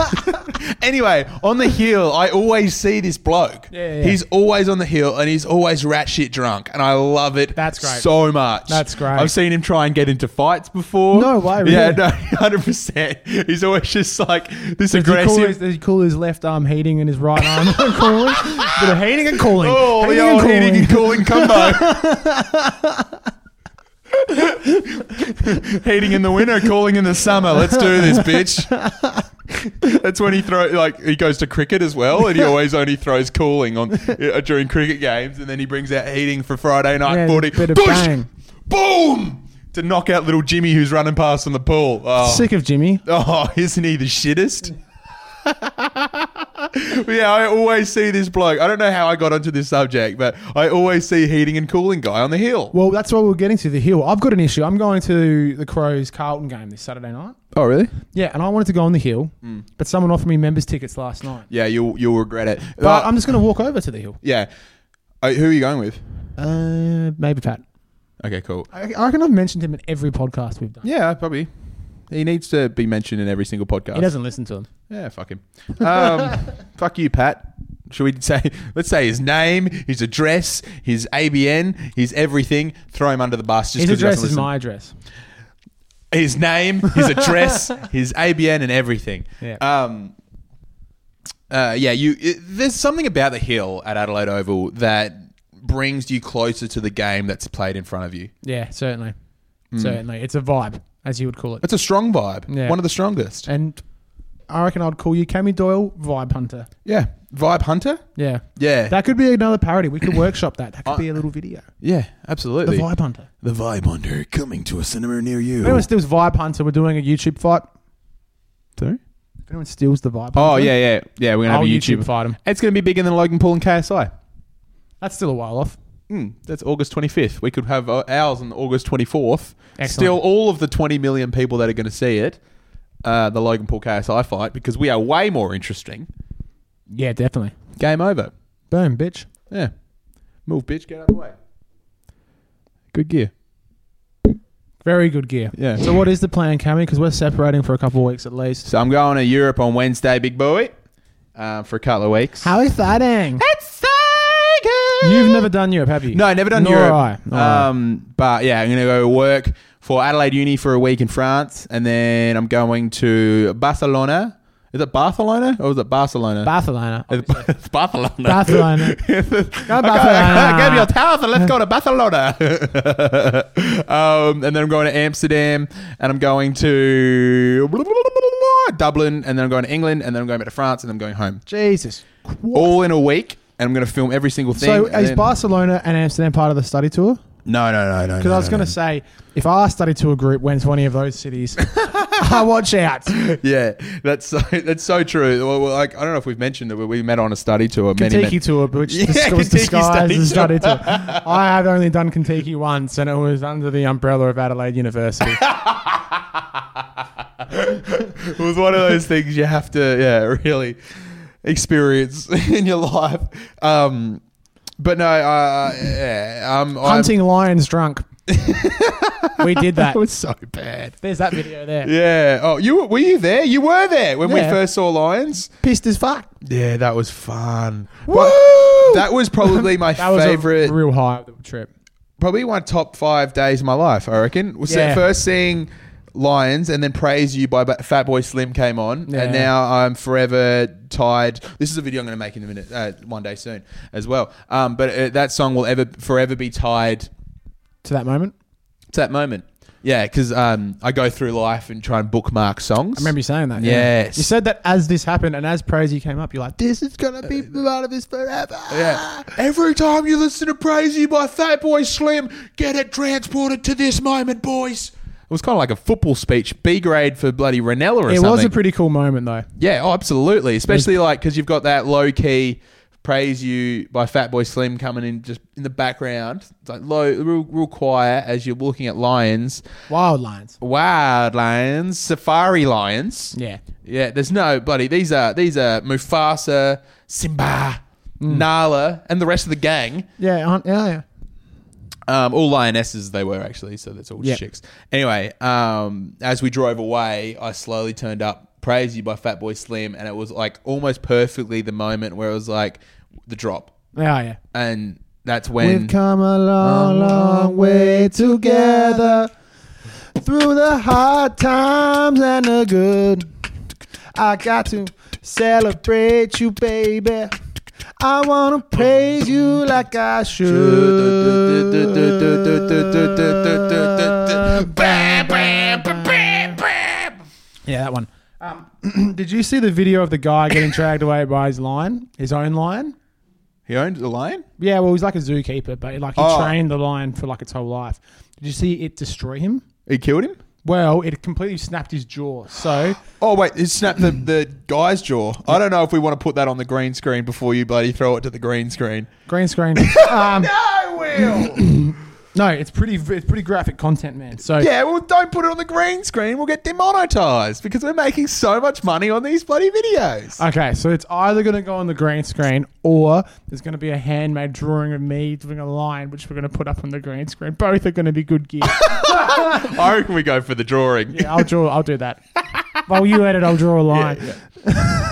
Speaker 1: [LAUGHS] anyway, on the hill, I always see this bloke.
Speaker 2: Yeah, yeah, yeah.
Speaker 1: He's always on the hill and he's always rat shit drunk, and I love it.
Speaker 2: That's great.
Speaker 1: So much.
Speaker 2: That's great.
Speaker 1: I've seen him try and get into fights before.
Speaker 2: No way, really?
Speaker 1: Yeah, no, [LAUGHS] hundred percent. He's always just like this
Speaker 2: Does he,
Speaker 1: aggressive.
Speaker 2: call his, does he call his left arm heating and his right arm [LAUGHS] cooling? Bit of heating and cooling.
Speaker 1: Oh,
Speaker 2: heating
Speaker 1: the
Speaker 2: and
Speaker 1: old
Speaker 2: cooling.
Speaker 1: heating and cooling
Speaker 2: [LAUGHS]
Speaker 1: combo. heating in the winter, cooling in the summer. Let's do this, bitch. That's when he throw like he goes to cricket as well,
Speaker 2: [LAUGHS]
Speaker 1: and he always only throws cooling on uh, during cricket games, and then he brings out heating for Friday night
Speaker 2: Yeah,
Speaker 1: footy.
Speaker 2: bit of
Speaker 1: Push!
Speaker 2: bang.
Speaker 1: boom, to knock out little Jimmy who's running past on the pool. Oh.
Speaker 2: [LAUGHS] Sick of Jimmy.
Speaker 1: Oh, [LAUGHS] isn't he the shittest? [LAUGHS] yeah, I always see this bloke. I don't know how I got onto this subject, but I always see heating and cooling guy on the hill.
Speaker 2: Well, that's what we're getting to the hill. I've got an issue. I'm going to the Crows Carlton game this Saturday night.
Speaker 1: Oh, really?
Speaker 2: Yeah, and I wanted to go on the hill, but someone offered me members tickets last night.
Speaker 1: Mm. Yeah, you'll you'll regret it.
Speaker 2: But
Speaker 1: Uh,
Speaker 2: I'm just going to walk over to the hill.
Speaker 1: yeah. Uh, who are you going with?
Speaker 2: Uh, maybe Pat.
Speaker 1: Okay, cool.
Speaker 2: I, I reckon I've mentioned him in every podcast we've done.
Speaker 1: Yeah, probably. He needs to be mentioned in every single podcast.
Speaker 2: He doesn't listen to him.
Speaker 1: Yeah, fuck him.
Speaker 2: [LAUGHS]
Speaker 1: Um, fuck you, Pat. Should we say? Let's say his name, his address, his ABN, his everything. Throw him under the bus. Just
Speaker 2: His
Speaker 1: 'cause he doesn't
Speaker 2: address is
Speaker 1: listen.
Speaker 2: my address.
Speaker 1: his name,
Speaker 2: [LAUGHS]
Speaker 1: his address, his ABN, and everything.
Speaker 2: Yeah.
Speaker 1: Um, uh, yeah. You. It, there's something about the hill at Adelaide Oval that brings you closer to the game that's played in front of you.
Speaker 2: Yeah, certainly.
Speaker 1: Hmm.
Speaker 2: Certainly. It's a vibe, as you would call it.
Speaker 1: It's a strong vibe.
Speaker 2: Yeah.
Speaker 1: One of the strongest.
Speaker 2: And I reckon I'd call you Cammy Doyle Vibe Hunter.
Speaker 1: Yeah. Vibe hunter.
Speaker 2: Yeah.
Speaker 1: Yeah.
Speaker 2: That could be another parody. We could workshop that.
Speaker 1: Uh,
Speaker 2: That could be a little video.
Speaker 1: yeah.
Speaker 2: The
Speaker 1: Absolutely.
Speaker 2: Vibe Hunter.
Speaker 3: The Vibe Hunter coming to a cinema near you.
Speaker 2: If anyone steals Vibe Hunter, we're doing a YouTube fight. If anyone steals the Vibe
Speaker 1: Oh
Speaker 2: Hunter,
Speaker 1: yeah, yeah, yeah. We're gonna have
Speaker 2: I'll
Speaker 1: a
Speaker 2: Oh, YouTube,
Speaker 1: YouTube.
Speaker 2: fight him.
Speaker 1: It's gonna be bigger than Logan Paul and KSI.
Speaker 2: That's still a while off.
Speaker 1: Mm, that's August 25th. We could have uh, ours on August 24th.
Speaker 2: Excellent.
Speaker 1: Still, all of the 20 million people that are going to see it, uh, the Logan Paul KSI fight, because we are way more interesting.
Speaker 2: Yeah, definitely.
Speaker 1: Game over.
Speaker 2: Boom, bitch.
Speaker 1: Yeah. Move, bitch. Get out of the way. Good gear.
Speaker 2: Very good gear.
Speaker 1: Yeah.
Speaker 2: So what is the plan, Cammy? Because we're separating for a couple of weeks at least.
Speaker 1: So I'm going to Europe on Wednesday, big boy, uh, for a couple of weeks.
Speaker 2: How exciting!
Speaker 1: It's Vegas!
Speaker 2: You've never done Europe, have you?
Speaker 1: No, never done
Speaker 2: Nor
Speaker 1: Europe.
Speaker 2: I. Nor I.
Speaker 1: Um, but yeah, I'm going to go work for Adelaide Uni for a week in France, and then I'm going to Barcelona. Is it Barcelona or is it Barcelona?
Speaker 2: Barcelona.
Speaker 1: [LAUGHS] it's Barcelona. [LAUGHS]
Speaker 2: Barcelona.
Speaker 1: I got- I gave you a towel, and let's go to Barcelona. [LAUGHS] um, and then I'm going to Amsterdam, and I'm going to Dublin, and then I'm going to England, and then I'm going back to France, and I'm going home.
Speaker 2: Jesus.
Speaker 1: All in a week, and I'm going to film every single thing.
Speaker 2: So
Speaker 1: and
Speaker 2: is
Speaker 1: then-
Speaker 2: Barcelona and Amsterdam part of the study tour?
Speaker 1: No, no, no, no.
Speaker 2: Because I was going to say, if our study tour group went to any of
Speaker 1: [LAUGHS]
Speaker 2: those cities, [LAUGHS] I watch out.
Speaker 1: Yeah, that's so [LAUGHS] that's so true. Well, well, like I don't know if we've mentioned that we- we met on a study tour. Many, many-
Speaker 2: Kentucky tour, which
Speaker 1: Yeah,
Speaker 2: dis- was
Speaker 1: Kentucky
Speaker 2: disguised
Speaker 1: study
Speaker 2: as study tour. I had only done Kentucky once, and it was under the umbrella of
Speaker 1: [LAUGHS]
Speaker 2: Adelaide University.
Speaker 1: [LAUGHS] it was one of those things you have to yeah [LAUGHS] really experience [LAUGHS] in your life. Um, but no, uh, yeah, um, I'm-
Speaker 2: Hunting
Speaker 1: [LAUGHS]
Speaker 2: lions drunk. we did that.
Speaker 1: That was so bad.
Speaker 2: There's that video there.
Speaker 1: Yeah. Oh, you were- were you there? You were there when we
Speaker 2: Yeah.
Speaker 1: first saw lions.
Speaker 2: Pissed as fuck.
Speaker 1: Yeah, that was fun.
Speaker 2: Woo!
Speaker 1: But that was [LAUGHS] probably my
Speaker 2: That was
Speaker 1: favorite.
Speaker 2: a real high trip.
Speaker 1: probably one of the top five days of my life. I reckon. Was
Speaker 2: Yeah.
Speaker 1: first seeing Lions and then Praise You by Ba- Fat Boy Slim came on,
Speaker 2: Yeah.
Speaker 1: and now I'm forever tied. This is a video I'm going to make in a minute, uh, one day soon as well. Um, but uh, that song will ever forever be tied
Speaker 2: To that moment,
Speaker 1: to that moment. Yeah, because um, I go through life and try and bookmark songs.
Speaker 2: I remember you saying that.
Speaker 1: Yes.
Speaker 2: You said that as this happened and as Praise You came up, you're like, this is going to be part of this forever.
Speaker 1: Uh, Yeah. Every time you listen to Praise You by Fat Boy Slim, get it transported to this moment, boys. It was kind of like a football speech, B grade for bloody Ranella or
Speaker 2: It
Speaker 1: something.
Speaker 2: was a pretty cool moment, though.
Speaker 1: Yeah, oh, absolutely. Especially like because you've got that low key Praise You by Fatboy Slim coming in just in the background. It's like low, real, real quiet as you're looking at lions,
Speaker 2: Wild lions.
Speaker 1: wild lions, safari lions.
Speaker 2: Yeah.
Speaker 1: Yeah, there's no buddy. These are these are Mufasa, Simba,
Speaker 2: Hmm.
Speaker 1: Nala, and the rest of the gang.
Speaker 2: Yeah. hun- Yeah. Yeah.
Speaker 1: Um, all lionesses they were actually, so that's all
Speaker 2: Yeah.
Speaker 1: chicks. Anyway, um, as we drove away, I slowly turned up "Praise You" by Fatboy Slim, and it was like almost perfectly the moment where it was like the drop,
Speaker 2: Yeah. yeah.
Speaker 1: and that's when
Speaker 2: We've come a long, long way together through the hard times and the good. I got to celebrate you, baby. I wanna praise you like I should. Yeah, that one. Um, [CLEARS THROAT] did you see the video of the guy getting dragged away by his lion, his own lion?
Speaker 1: he owned the lion.
Speaker 2: Yeah, well, he's like a zookeeper, but like he
Speaker 1: Oh.
Speaker 2: trained the lion for like its whole life. Did you see it destroy him?
Speaker 1: He killed him.
Speaker 2: Well, it completely snapped his jaw.
Speaker 1: [GASPS]
Speaker 2: So
Speaker 1: Oh wait, it snapped the, the guy's jaw. I don't know if we want to put that on the green screen before you bloody throw it to the green screen.
Speaker 2: green screen.
Speaker 1: [LAUGHS]
Speaker 2: Um,
Speaker 1: No,
Speaker 2: [LAUGHS]
Speaker 1: Will.
Speaker 2: no, it's pretty. It's pretty graphic content, man. So
Speaker 1: yeah, well, don't put it on the green screen. We'll get demonetized because we're making so much money on these bloody
Speaker 2: [LAUGHS]
Speaker 1: videos.
Speaker 2: okay, so it's either going to go on the green screen or there's going to be a handmade drawing of me doing a line, which we're going to put up on the green screen. Both are going to be
Speaker 1: [LAUGHS]
Speaker 2: good gear.
Speaker 1: I reckon we go for the drawing.
Speaker 2: yeah, I'll draw. I'll do that. While you edit, I'll draw a line.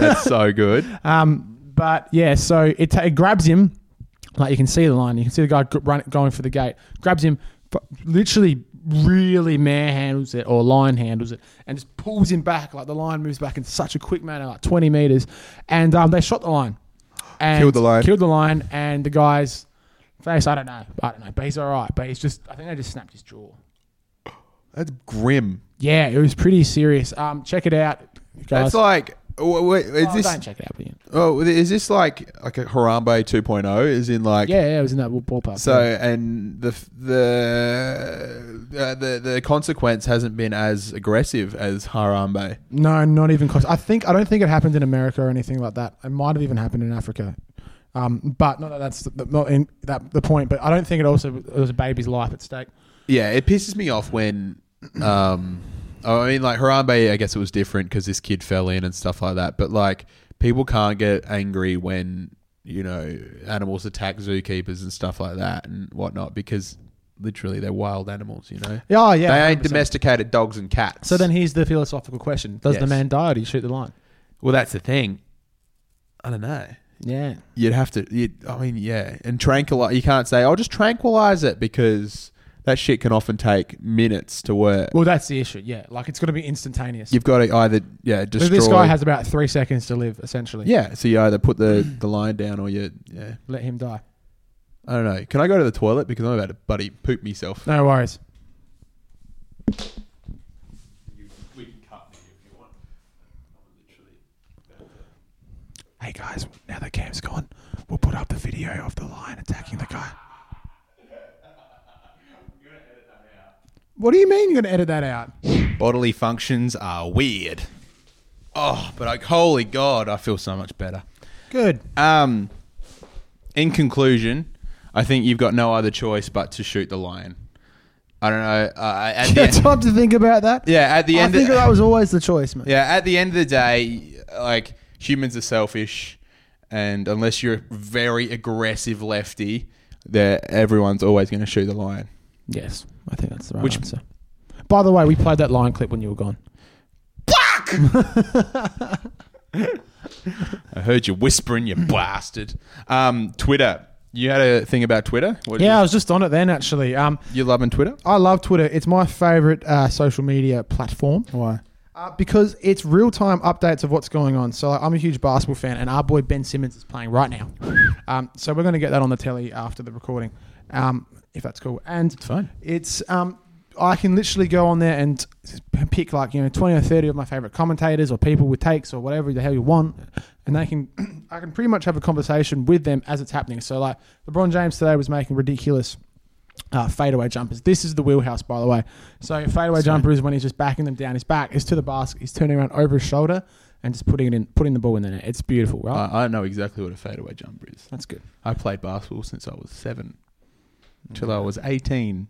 Speaker 1: That's so good.
Speaker 2: [LAUGHS] Um, but yeah, so it, ta it grabs him. Like you can see the line, you can see the guy gr- run, going for the gate. Grabs him, fu- literally, really manhandles it or lion handles it, and just pulls him back. Like the lion moves back in such a quick manner, like twenty meters. And um, they shot the lion. And
Speaker 1: Killed the lion.
Speaker 2: Killed the lion, and the guy's face. I don't know. I don't know. But he's all right. But he's just. I think they just snapped his jaw.
Speaker 1: That's grim.
Speaker 2: Yeah, it was pretty serious. Um, check it out, guys.
Speaker 1: That's like. w- wait, is
Speaker 2: Oh,
Speaker 1: this
Speaker 2: don't check it out. But yeah.
Speaker 1: oh, is this like like a Harambe 2.0? Is in like
Speaker 2: yeah, yeah, it was in that ballpark.
Speaker 1: So and the f- the uh, the the consequence hasn't been as aggressive as Harambe.
Speaker 2: No, not even close. I think I don't think it happened in America or anything like that. It might have even happened in Africa, um, but not that that's the, not in that the point. But I don't think it also it was a baby's life at stake.
Speaker 1: Yeah, it pisses me off
Speaker 2: [CLEARS THROAT]
Speaker 1: when. Um, I mean, like Harambe, I guess it was different because this kid fell in and stuff like that. But like, people can't get angry when you know animals attack zookeepers and stuff like that and whatnot because literally they're wild animals. You know,
Speaker 2: Yeah, oh, yeah.
Speaker 1: they ain't
Speaker 2: 100%.
Speaker 1: domesticated dogs and cats.
Speaker 2: So then here's the philosophical question: Does the
Speaker 1: Yes.
Speaker 2: man die or do you shoot the lion?
Speaker 1: well, that's the thing. I don't know.
Speaker 2: Yeah,
Speaker 1: you'd have to. You'd, I mean, yeah, and tranquilize. You can't say, "I'll just tranquilize it," because that shit can often take minutes to work.
Speaker 2: well, that's the issue. Yeah, like it's going to be instantaneous.
Speaker 1: You've got to either, yeah,
Speaker 2: But
Speaker 1: destroy.
Speaker 2: this guy has about three seconds to live, essentially.
Speaker 1: yeah, so you either put the the line down or you, yeah.
Speaker 2: let him die.
Speaker 1: I don't know. Can I go to the toilet because I'm about to buddy poop myself?
Speaker 2: No worries.
Speaker 1: We can cut me if you want. I'm literally.
Speaker 2: Hey guys, now the cam's gone, we'll put up the video of the lion attacking the guy. What do you mean you're going to edit that out?
Speaker 1: Bodily functions are weird. Oh, but like, holy god, I feel so much better.
Speaker 2: Good.
Speaker 1: Um, in conclusion, I think you've got no other choice but to shoot the lion. I don't know. Uh, [LAUGHS]
Speaker 2: [LAUGHS]
Speaker 1: at the
Speaker 2: Yeah,
Speaker 1: end,
Speaker 2: time to think about that.
Speaker 1: yeah, at the
Speaker 2: I
Speaker 1: end.
Speaker 2: think
Speaker 1: of,
Speaker 2: that was always the choice, man.
Speaker 1: yeah, at the end of the day, like humans are selfish, and unless you're a very aggressive lefty, there everyone's always going to shoot the lion.
Speaker 2: Yes, I think that's the right
Speaker 1: Which-
Speaker 2: answer. By the way, we played that lion clip when you were gone.
Speaker 1: I heard you whispering,
Speaker 2: [CLEARS THROAT]
Speaker 1: you bastard. Um, Twitter. You had a thing about Twitter. What did
Speaker 2: Yeah, I was just on it then, actually. Um,
Speaker 1: you, you loving Twitter?
Speaker 2: I love Twitter. It's my favorite uh, social media platform.
Speaker 1: Why?
Speaker 2: Uh, because it's real time updates of what's going on. So like, I'm a huge basketball fan, and our boy Ben Simmons is playing right now. Um, so we're going to get that on the telly after the recording, um, if that's cool. And it's
Speaker 1: fine.
Speaker 2: It's um, I can literally go on there and pick like you know 20 or 30 of my favorite commentators or people with takes or whatever the hell you want, and they can [CLEARS THROAT] I can pretty much have a conversation with them as it's happening. So like LeBron James today was making ridiculous uh, fadeaway jumpers. This is the wheelhouse, by the way. So fadeaway jumper is when he's just backing them down. His back is to the basket. He's turning around over his shoulder and just putting it in, putting the ball in the net. It's beautiful, right?
Speaker 1: I, I know exactly what a fadeaway jumper is.
Speaker 2: Uh, That's good.
Speaker 1: I played basketball since I was seven till
Speaker 2: Mm.
Speaker 1: I was [LAUGHS] 18.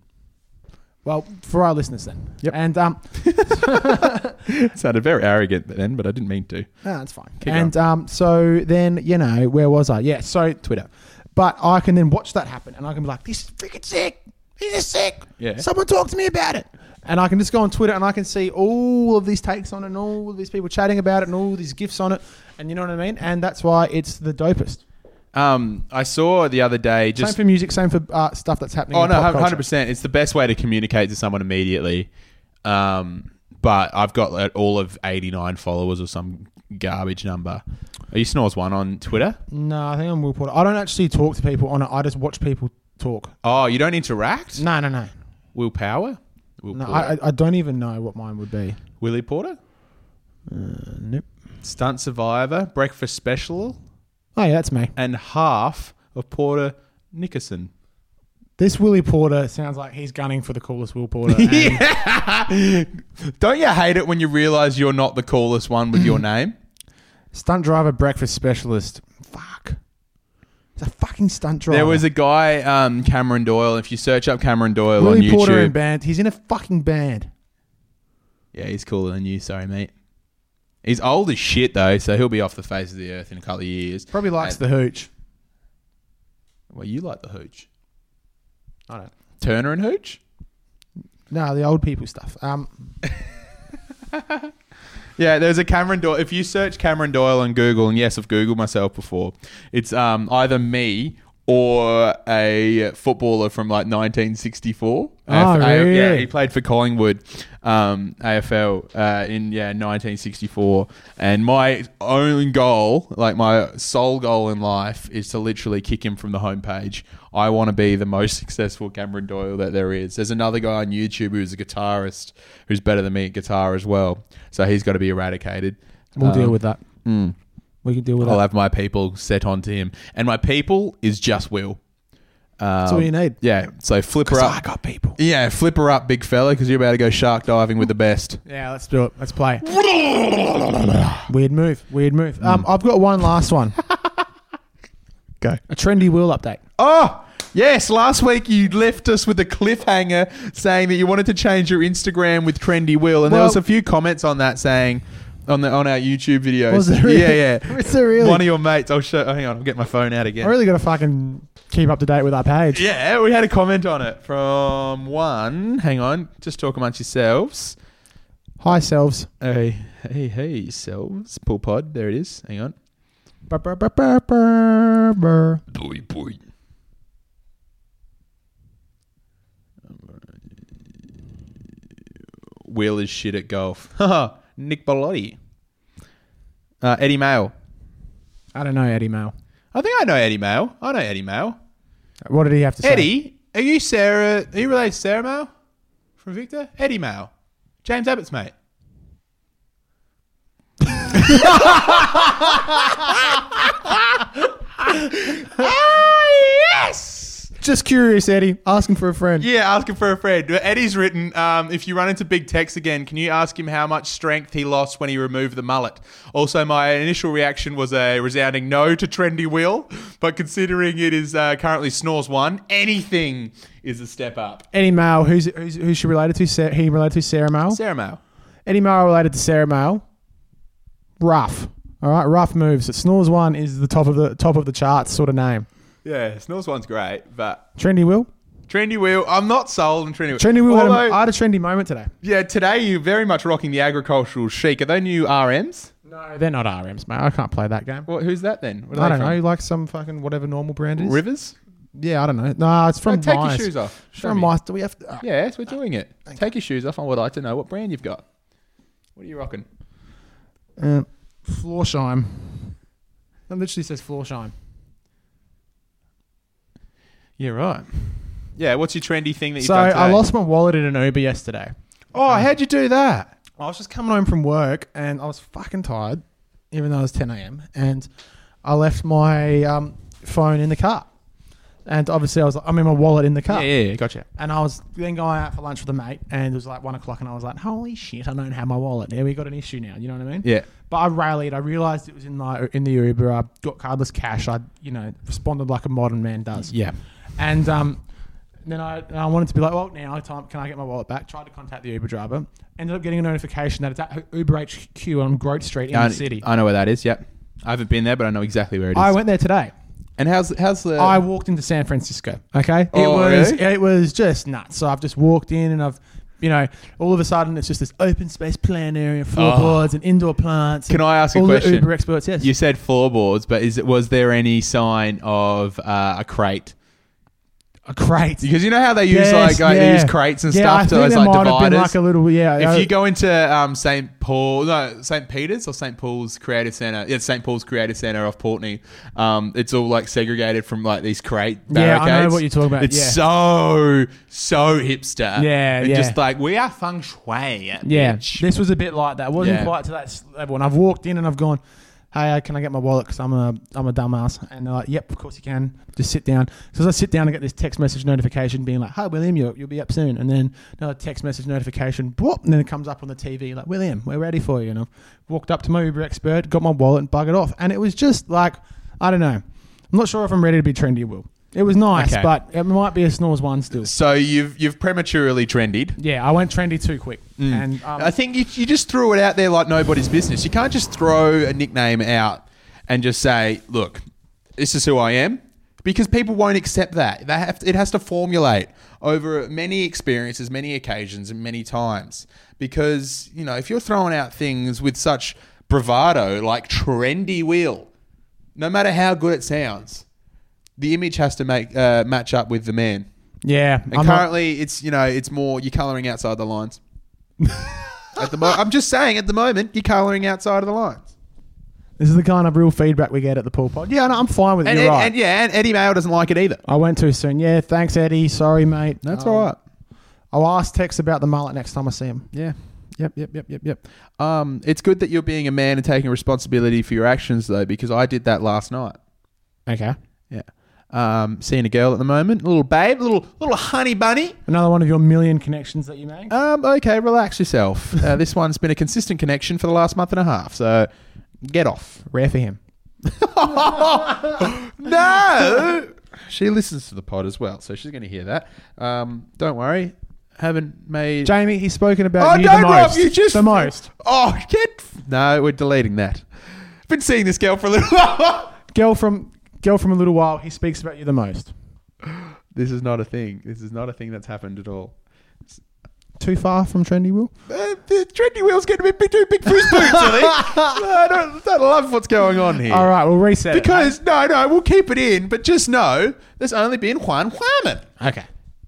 Speaker 2: Well, for our listeners then.
Speaker 1: Yep.
Speaker 2: And um,
Speaker 1: It sounded very arrogant then, but I didn't mean to.
Speaker 2: No, that's fine.
Speaker 1: Keep
Speaker 2: and um, so then you know where was I? Yeah, so Twitter. But I can then watch that happen, and I can be like, "This is freaking sick. This is sick.
Speaker 1: Yeah.
Speaker 2: Someone talk to me about it." And I can just go on Twitter, and I can see all of these takes on it, and all of these people chatting about it, and all these gifs on it, and you know what I mean. And that's why it's the dopest.
Speaker 1: Um, I saw the other day
Speaker 2: same
Speaker 1: just
Speaker 2: for music, same for uh, stuff that's happening.
Speaker 1: Oh
Speaker 2: in
Speaker 1: no,
Speaker 2: pop
Speaker 1: hundred
Speaker 2: culture.
Speaker 1: percent. It's the best way to communicate to someone immediately. Um, but I've got like, all of eighty nine followers or some garbage number. Are you snores one on Twitter?
Speaker 2: No, I think I'm Will Porter. I don't actually talk to people on it. I just watch people talk.
Speaker 1: Oh, you don't interact.
Speaker 2: No, no, no.
Speaker 1: Will Power. Will
Speaker 2: No,
Speaker 1: Porter.
Speaker 2: I, I- I don't even know what mine would be.
Speaker 1: Willie Porter.
Speaker 2: Uh, Nope.
Speaker 1: Stunt Survivor. Breakfast Special.
Speaker 2: Oh yeah, that's me.
Speaker 1: And half of Porter Nickerson.
Speaker 2: This Willie Porter sounds like he's gunning for the coolest
Speaker 1: [LAUGHS]
Speaker 2: Will Porter. And
Speaker 1: Don't you hate it when you realize you're not the coolest one with [CLEARS THROAT] your name?
Speaker 2: stunt driver, breakfast specialist. Fuck. It's a fucking stunt driver.
Speaker 1: There was a guy, um, Cameron Doyle. If you search up Cameron Doyle on
Speaker 2: Willie
Speaker 1: YouTube,
Speaker 2: Porter in band. He's in a fucking band.
Speaker 1: Yeah, he's cooler than you. Sorry, mate. He's old as shit though, so he'll be off the face of the earth in a couple of years.
Speaker 2: Probably likes
Speaker 1: And-
Speaker 2: the hooch.
Speaker 1: Well, you like the hooch,
Speaker 2: I don't.
Speaker 1: Turner and hooch.
Speaker 2: No, the old people stuff. Um,
Speaker 1: Yeah, there's a Cameron Doyle. If you search Cameron Doyle on Google, and yes, I've googled myself before, it's um, either me or a footballer from like 1964.
Speaker 2: Oh,
Speaker 1: yeah,
Speaker 2: really?
Speaker 1: he played for Collingwood um, AFL uh, in yeah 1964. And my own goal, like my sole goal in life, is to literally kick him from the homepage. I want to be the most successful Cameron Doyle that there is. There's another guy on YouTube who's a guitarist who's better than me at guitar as well. So he's got to be eradicated.
Speaker 2: we'll deal
Speaker 1: Um,
Speaker 2: with that.
Speaker 1: mm.
Speaker 2: We can deal with
Speaker 1: I'll
Speaker 2: that.
Speaker 1: have my people set onto him, and my people is just Will. Um,
Speaker 2: That's all you need.
Speaker 1: Yeah, so flip her up.
Speaker 2: got people.
Speaker 1: Yeah, flip her up, big fella, because you're about to go shark diving with the best.
Speaker 2: Yeah, let's do it.
Speaker 1: [LAUGHS]
Speaker 2: Let's play. Weird move. Weird move. Um, I've got one last one.
Speaker 1: [LAUGHS] Go.
Speaker 2: A trendy wheel update.
Speaker 1: Oh, yes. Last week you left us with a cliffhanger saying that you wanted to change your Instagram with Trendy Will, and there
Speaker 2: Well-
Speaker 1: was a few comments on that saying on the on our YouTube videos.
Speaker 2: Was there really-
Speaker 1: Yeah, yeah.
Speaker 2: [LAUGHS] Was there really?
Speaker 1: One of your mates. I'll show. Hang on, I'll get my phone out again.
Speaker 2: I really got to fucking keep up to date with our page.
Speaker 1: Yeah, we had a comment on it from one. Hang on, just talk amongst yourselves.
Speaker 2: Hi, selves.
Speaker 1: Hey, hey, hey, selves. Pool pod. There it is. Hang on.
Speaker 2: Brr, brr, brr, brr, brr, brr.
Speaker 3: Boy, boy.
Speaker 1: Will is shit at golf. [LAUGHS] Nick Bellotti. Uh, Eddie Mail.
Speaker 2: I don't know Eddie Mail.
Speaker 1: I think I know Eddie Mail. I know Eddie Mail.
Speaker 2: What did he have to say?
Speaker 1: Eddie, are you Sarah? Are you related to Sarah Mail from Victor? Eddie Mail. James Abbott's mate. [LAUGHS] ah, yes!
Speaker 2: Just curious, Eddie. Asking for a friend.
Speaker 1: Yeah, asking for a friend. Eddie's written, um, if you run into Big Tex again, can you ask him how much strength he lost when he removed the mullet? Also, my initial reaction was a resounding no to Trendy Will, but considering it is uh, currently Snores 1, anything is a step up.
Speaker 2: Eddie Mail. Who's, who's who's she related to? Sa- he related to Sarah Mail.
Speaker 1: Sarah Mao.
Speaker 2: Eddie Mail related to Sarah Mail. Rough. All right, rough moves. Snores one is the top of the top of the charts sort of name.
Speaker 1: Yeah, Snores 1's great, but
Speaker 2: Trendy Will.
Speaker 1: Trendy Will, I'm not sold on Trendy Will.
Speaker 2: Trendy Will.
Speaker 1: Although,
Speaker 2: had a, I had a trendy moment today.
Speaker 1: yeah, today you're very much rocking the agricultural chic. Are they new RMs?
Speaker 2: No, they're not RMs, mate. I can't play that game.
Speaker 1: What, who's that then? What are
Speaker 2: I
Speaker 1: they
Speaker 2: don't
Speaker 1: from?
Speaker 2: know. Like some fucking whatever normal brand is.
Speaker 1: Rivers?
Speaker 2: Yeah, I don't know. No, it's from
Speaker 1: No, take your
Speaker 2: Myers.
Speaker 1: shoes off.
Speaker 2: It's
Speaker 1: Show
Speaker 2: From
Speaker 1: me.
Speaker 2: Myers. Do we have? To,
Speaker 1: Yes, we're doing it. Take your shoes off. I would like to know what brand you've got. What are you rocking?
Speaker 2: Uh, Florsheim. That literally says Florsheim.
Speaker 1: Yeah, right. Yeah, what's your trendy thing that you've
Speaker 2: So
Speaker 1: done today?
Speaker 2: I lost my wallet in an Uber yesterday.
Speaker 1: Oh, how'd you do that?
Speaker 2: I was just coming home from work and I was fucking tired, even though it was 10 a.m. And I left my um, phone in the car. And obviously, I was like, I'm in my wallet in the car.
Speaker 1: yeah, gotcha.
Speaker 2: And I was then going out for lunch with a mate, and it was like one o'clock, and I was like, "Holy shit, I don't have my wallet." Yeah, we got an issue now. You know what I mean?
Speaker 1: Yeah.
Speaker 2: But I rallied. I realized it was in the in the Uber. I got cardless cash. I, you know, responded like a modern man does.
Speaker 1: Yeah.
Speaker 2: And um, then I, and I wanted to be like, "Well, now time can I get my wallet back?" Tried to contact the Uber driver. Ended up getting a notification that it's at Uber HQ on Grote Street in
Speaker 1: I,
Speaker 2: the city.
Speaker 1: I know where that is. Yep. I haven't been there, but I know exactly where it is.
Speaker 2: I went there today.
Speaker 1: and how's how's the?
Speaker 2: I walked into San Francisco. Okay,
Speaker 1: Oh,
Speaker 2: it was
Speaker 1: really?
Speaker 2: it was just nuts. So I've just walked in and I've, you know, all of a sudden it's just this open space plan area, floorboards and indoor plants.
Speaker 1: Oh. Can
Speaker 2: and
Speaker 1: I ask a
Speaker 2: all
Speaker 1: question?
Speaker 2: The Uber experts, yes.
Speaker 1: you said floorboards, but is it was there any sign of uh, a crate?
Speaker 2: a crate.
Speaker 1: Because you know how they use like uh, they use crates and
Speaker 2: yeah, I
Speaker 1: stuff to
Speaker 2: think
Speaker 1: those
Speaker 2: there
Speaker 1: like
Speaker 2: might have been
Speaker 1: dividers.
Speaker 2: like a little, yeah.
Speaker 1: if
Speaker 2: uh,
Speaker 1: you go into um, St. Paul, no, St. Peter's or St. Paul's Creative Center, yeah, St. Paul's Creative Center off Portney, um, it's all like segregated from like these crate
Speaker 2: Yeah, I know
Speaker 1: barricades.
Speaker 2: what you're talking about,
Speaker 1: It's
Speaker 2: yeah.
Speaker 1: so, so hipster.
Speaker 2: Yeah,
Speaker 1: And
Speaker 2: yeah.
Speaker 1: Just like, we are feng shui.
Speaker 2: yeah,
Speaker 1: bitch.
Speaker 2: this was a bit like that. It wasn't
Speaker 1: Yeah.
Speaker 2: quite to that s- level. And I've walked in and I've gone, "Hey, uh, can I get my wallet? Because I'm a I'm a dumbass." And they're like, "Yep, of course you can. Just sit down." So as I sit down, I get this text message notification being like, "Hi, William, you'll, you'll be up soon." And then another text message notification, whoop, and then it comes up on the TV like, "William, we're ready for you." And I've walked up to my Uber expert, got my wallet, and buggered off. And it was just like, I don't know. I'm not sure if I'm ready to be trendy. Will it was nice,
Speaker 1: Okay.
Speaker 2: but it might be a snores one still.
Speaker 1: So you've you've prematurely trended.
Speaker 2: Yeah, I went trendy too quick, and um,
Speaker 1: I think you, you just threw it out there like nobody's business. You can't just throw a nickname out and just say, "Look, this is who I am," because people won't accept that. They have to, it has to formulate over many experiences, many occasions, and many times. Because you know, if you're throwing out things with such bravado, like trendy wheel, no matter how good it sounds, the image has to make uh, match up with the man.
Speaker 2: yeah,
Speaker 1: And
Speaker 2: I'm not-
Speaker 1: currently, it's you know, it's more you're colouring outside the lines. at the mo- I'm just saying, at the moment, you're colouring outside of the [LAUGHS] lines.
Speaker 2: This is the kind of real feedback we get at the pool pod. Yeah, no, I'm fine with it.
Speaker 1: And,
Speaker 2: You're
Speaker 1: and,
Speaker 2: right.
Speaker 1: and yeah, and Eddie Mayo doesn't like it either.
Speaker 2: I went too soon. Yeah, thanks, Eddie. Sorry, mate. Um,
Speaker 1: all right.
Speaker 2: I'll ask Tex about the mullet next time I see him.
Speaker 1: Yeah. Yep, yep, yep, yep, yep. Um, it's good that you're being a man and taking responsibility for your actions, though, because I did that last night.
Speaker 2: Okay.
Speaker 1: Yeah. Um, seeing a girl at the moment, little babe, little little honey bunny.
Speaker 2: Another one of your million connections that you make.
Speaker 1: Um, okay, relax yourself. Uh, this one's been a consistent connection for the last month and a half, so get off.
Speaker 2: Rare for him.
Speaker 1: no. [LAUGHS] She listens to the pod as well, so she's going to hear that. Um, don't worry, haven't made.
Speaker 2: Jamie, he's spoken
Speaker 1: oh,
Speaker 2: about you
Speaker 1: don't
Speaker 2: the
Speaker 1: Rob,
Speaker 2: most.
Speaker 1: you just
Speaker 2: the most.
Speaker 1: Oh, get. No, we're deleting that. Been seeing this girl for a little while.
Speaker 2: Girl from girl from a little while. He speaks about you the most.
Speaker 1: this is not a thing. This is not a thing that's happened at all.
Speaker 2: Too far from trendy, Will.
Speaker 1: Uh, the trendy wheel's getting a bit too big for his [LAUGHS] boots, I think. I don't, I don't love what's going on here.
Speaker 2: All right, we'll reset it.
Speaker 1: Because, no, no, we'll keep it in, but just know there's only been Juan Juaman.
Speaker 2: Okay.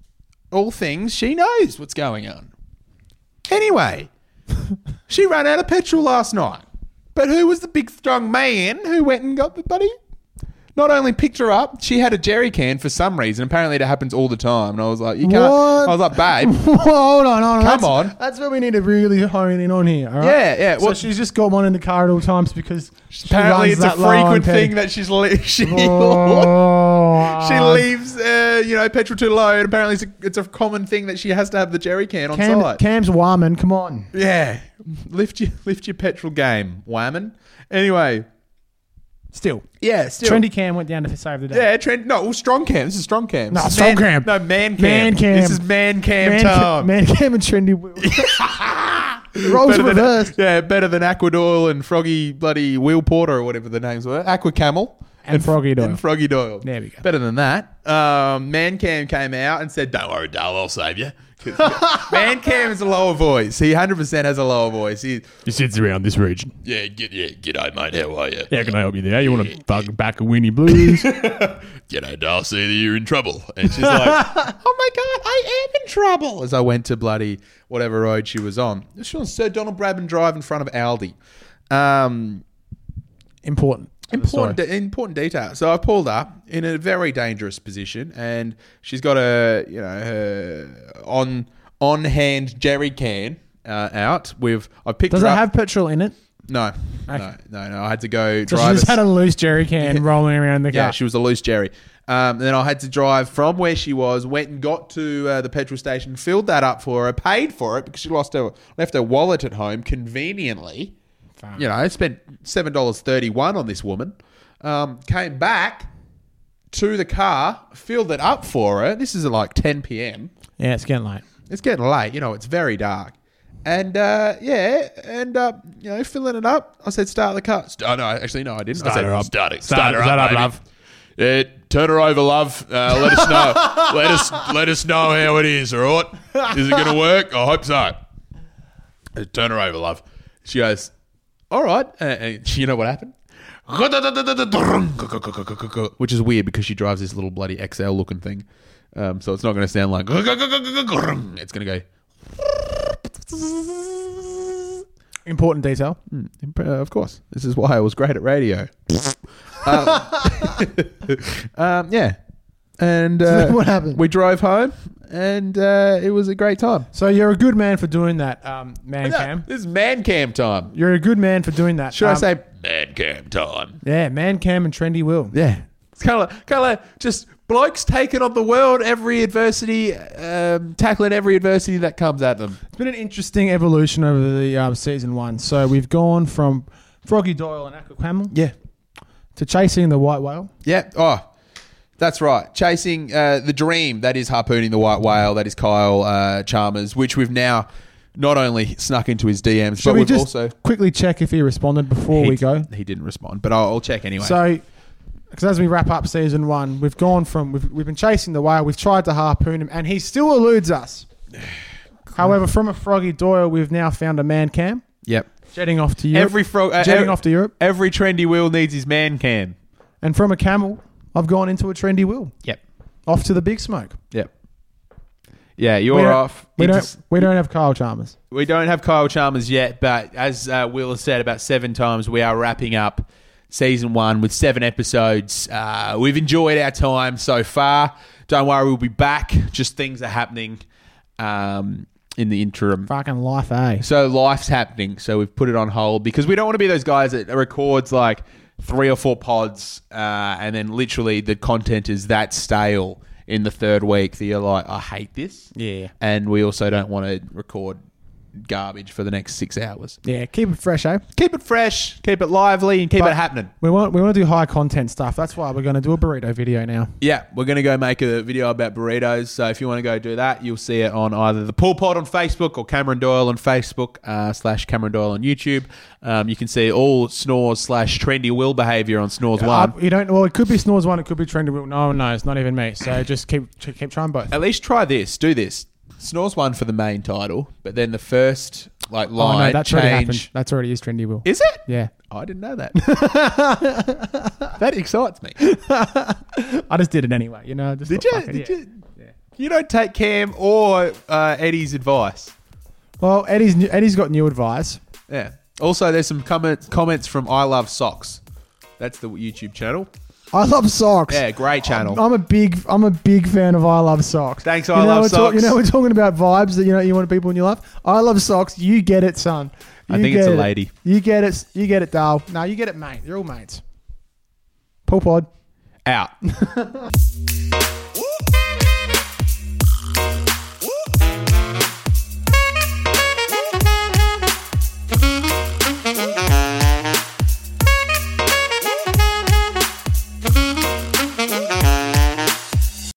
Speaker 2: [LAUGHS]
Speaker 1: all things, she knows what's going on.
Speaker 2: [LAUGHS]
Speaker 1: Anyway, she ran out of petrol last night. But who was the big strong man who went and got the buddy? Not only picked her up, she had a jerry can for some reason. Apparently, it happens all the time. And I was like, "You can't."
Speaker 2: What?
Speaker 1: I was like,
Speaker 2: [LAUGHS]
Speaker 1: "Babe,
Speaker 2: Whoa, hold on, hold on.
Speaker 1: Come
Speaker 2: that's,
Speaker 1: on.
Speaker 2: That's where we need to really hone in on here. All right.
Speaker 1: Yeah, yeah,
Speaker 2: So
Speaker 1: well-
Speaker 2: she's just got one in the car at all times because she
Speaker 1: apparently
Speaker 2: runs
Speaker 1: it's a
Speaker 2: that low on
Speaker 1: frequent
Speaker 2: ped.
Speaker 1: thing that she's le- [LAUGHS] she
Speaker 2: Oh,
Speaker 1: [LAUGHS] she
Speaker 2: uh,
Speaker 1: leaves, uh, you know, petrol too low." And apparently, it's a, it's a common thing that she has to have the jerry can on
Speaker 2: Cam,
Speaker 1: site.
Speaker 2: Cam's Wyman, come on.
Speaker 1: yeah, lift your lift your petrol game, whammon. Anyway,
Speaker 2: Still,
Speaker 1: yeah, still
Speaker 2: trendy Cam went down to save the day.
Speaker 1: Yeah, trend. No, well, strong cam. This is strong cam.
Speaker 2: No,
Speaker 1: This is
Speaker 2: strong
Speaker 1: man-
Speaker 2: cam.
Speaker 1: No, man cam.
Speaker 2: Man cam.
Speaker 1: This is man cam
Speaker 2: man,
Speaker 1: time.
Speaker 2: Cam, man, Cam and
Speaker 1: [LAUGHS]
Speaker 2: trendy. Will. Roles
Speaker 1: better
Speaker 2: reversed.
Speaker 1: than, yeah, better than Aqua Doyle and Froggy bloody Will Porter or whatever the names were. Aqua Camel
Speaker 2: And Froggy
Speaker 1: [LAUGHS]
Speaker 2: Doyle.
Speaker 1: And Froggy Doyle.
Speaker 2: There we go.
Speaker 1: Better than that. Um, man cam came out and said, "Don't worry, Dale, I'll save you." 'Cause
Speaker 2: [LAUGHS]
Speaker 1: man cam has a lower voice. He 100% has a lower voice. He,
Speaker 4: He sits around this region.
Speaker 3: Yeah, get yeah, g'day mate, how are you?
Speaker 4: How can I help you there? You want to bug back a Winnie Blues?
Speaker 3: G'day Dale, see that you're in trouble. And she's like,
Speaker 1: oh my god, I am in trouble. As I went to bloody whatever road she was on, she was on Sir Donald Brabham Drive in front of Aldi. Um,
Speaker 2: [LAUGHS] Important.
Speaker 1: important de- important detail. So I pulled up in a very dangerous position, and she's got a you know her on on hand jerry can uh, out with I picked
Speaker 2: Does
Speaker 1: her
Speaker 2: it
Speaker 1: up-
Speaker 2: have petrol in it?
Speaker 1: no, no no no I had to go
Speaker 2: So
Speaker 1: drive
Speaker 2: she just
Speaker 1: a-
Speaker 2: had a loose jerry can rolling around the car.
Speaker 1: yeah she was a loose jerry Um, and then I had to drive from where she was, went and got to uh, the petrol station, filled that up for her, paid for it because she lost her left her wallet at home conveniently. You know, I spent seven dollars thirty one on this woman. Um, came back to the car, filled it up for her. This is at like ten p.m.
Speaker 2: Yeah, it's getting late.
Speaker 1: It's getting late, you know, it's very dark. And uh, yeah, and uh, you know, filling it up. I said, start the car. St- oh, no, actually, no, I didn't. I
Speaker 4: Start
Speaker 1: said,
Speaker 4: her up.
Speaker 3: Start it.
Speaker 4: Start-
Speaker 3: Start, her
Speaker 4: start
Speaker 3: up,
Speaker 4: up,
Speaker 3: baby.
Speaker 4: love.
Speaker 3: Yeah, Uh, turn her over, love. Uh, let us
Speaker 4: [LAUGHS]
Speaker 3: know. let us let us know how it is. All right. Is it going to work? I hope so. Uh, Turn her over, love.
Speaker 1: She goes, all right.
Speaker 3: Uh,
Speaker 1: And, and you know
Speaker 3: [LAUGHS]
Speaker 1: what happened? Which is weird because she drives this little bloody XL looking thing. Um, so it's not going to
Speaker 3: [LAUGHS]
Speaker 1: sound like. It's going to go.
Speaker 2: Important detail.
Speaker 1: Imp- uh, of course. This is why I was great at [LAUGHS] radio. um, [LAUGHS] um, yeah. And uh,
Speaker 2: then what happened?
Speaker 1: We drove home, and uh, it was a great time.
Speaker 2: So you're a good man for doing that, um, man cam.
Speaker 1: This is man cam time.
Speaker 2: You're a good man for doing that.
Speaker 1: Should I
Speaker 2: Um,
Speaker 1: say?
Speaker 3: Man cam time.
Speaker 2: Yeah, man cam and trendy will.
Speaker 1: Yeah. It's kind of like, kind of like just blokes taking on the world, every adversity, um, tackling every adversity that comes at them.
Speaker 2: It's been an interesting evolution over the um, season one. So we've gone from Froggy Doyle and Aquacamel
Speaker 1: Yeah.
Speaker 2: to chasing the white whale.
Speaker 1: Yeah. Oh, that's right. Chasing uh, the dream. That is harpooning the white whale. That is Kyle uh, Chalmers, which we've now not only snuck into his DMs,
Speaker 2: Should
Speaker 1: but
Speaker 2: we
Speaker 1: we've
Speaker 2: just
Speaker 1: also
Speaker 2: quickly check if he responded before we
Speaker 1: He-
Speaker 2: go?
Speaker 1: He didn't respond, but I'll, I'll check anyway.
Speaker 2: So, because as we wrap up season one, we've gone from we've, we've been chasing the whale, we've tried to harpoon him, and he still eludes
Speaker 1: [SIGHS]
Speaker 2: us. However, from a Froggy Doyle, we've now found a man cam
Speaker 1: yep.
Speaker 2: jetting off to Europe,
Speaker 1: Every frog. Uh,
Speaker 2: jetting
Speaker 1: every,
Speaker 2: off to Europe,
Speaker 1: every trendy wheel needs his man can.
Speaker 2: and from a camel, I've gone into a trendy wheel,
Speaker 1: Yep.
Speaker 2: off to the big smoke.
Speaker 1: Yep. Yeah, you're
Speaker 2: we don't,
Speaker 1: off.
Speaker 2: We
Speaker 1: It
Speaker 2: don't,
Speaker 1: just-
Speaker 2: we don't have Kyle Chalmers.
Speaker 1: We don't have Kyle Chalmers yet, but as uh, Will has said about seven times, we are wrapping up season one with seven episodes. Uh, we've enjoyed our time so far. Don't worry, we'll be back. Just things are happening um, in the interim.
Speaker 2: Fucking life, eh?
Speaker 1: So life's happening. So we've put it on hold because we don't want to be those guys that records like three or four pods uh, and then literally the content is that stale in the third week that you're like, I hate this.
Speaker 2: Yeah.
Speaker 1: And we also don't want to record garbage for the next six hours.
Speaker 2: Yeah, keep it fresh, eh?
Speaker 1: Keep it fresh, keep it lively, and keep
Speaker 2: But-
Speaker 1: it happening.
Speaker 2: We want we want to do high content stuff. That's why we're going to do a burrito video now.
Speaker 1: Yeah, we're going to go make a video about burritos. So if you want to go do that, you'll see it on either the Pool Pod on Facebook or Cameron Doyle on Facebook uh, slash Cameron Doyle on YouTube. Um, you can see all Snores slash Trendy Will behavior on Snores
Speaker 2: Uh,
Speaker 1: One.
Speaker 2: you don't. Well, it could be Snores one. It could be Trendy Will. No one knows. Not even me. [LAUGHS] So just keep ch- keep trying both.
Speaker 1: At least try this. Do this. Snores One for the main title, but then the first like
Speaker 2: Oh, no,
Speaker 1: line
Speaker 2: that's already happened.
Speaker 1: change.
Speaker 2: That's already is Trendy Will.
Speaker 1: Is it?
Speaker 2: yeah,
Speaker 1: I didn't know
Speaker 2: [LAUGHS]
Speaker 1: that. that excites me.
Speaker 2: I just did it anyway. You know. Just
Speaker 1: Did
Speaker 2: thought,
Speaker 1: you?
Speaker 2: fuck it,
Speaker 1: Did
Speaker 2: yeah.
Speaker 1: you? You don't take Cam or uh, Eddie's advice.
Speaker 2: Well, Eddie's new, Eddie's got new advice.
Speaker 1: Yeah. Also, there's some comments comments from I Love Socks. That's the YouTube channel.
Speaker 2: I love socks.
Speaker 1: Yeah, great channel.
Speaker 2: I'm a big I'm a big fan of I love socks.
Speaker 1: Thanks,
Speaker 2: you
Speaker 1: I
Speaker 2: know,
Speaker 1: Love
Speaker 2: we're
Speaker 1: Socks.
Speaker 2: you know we're talking about vibes that you know you want people in your life. I love socks. You get it, son.
Speaker 1: I
Speaker 2: You
Speaker 1: think it's
Speaker 2: get
Speaker 1: a
Speaker 2: it.
Speaker 1: lady.
Speaker 2: You get it. You get it, Dale. No, you get it, mate. You're all mates. Pool pod.
Speaker 1: Out.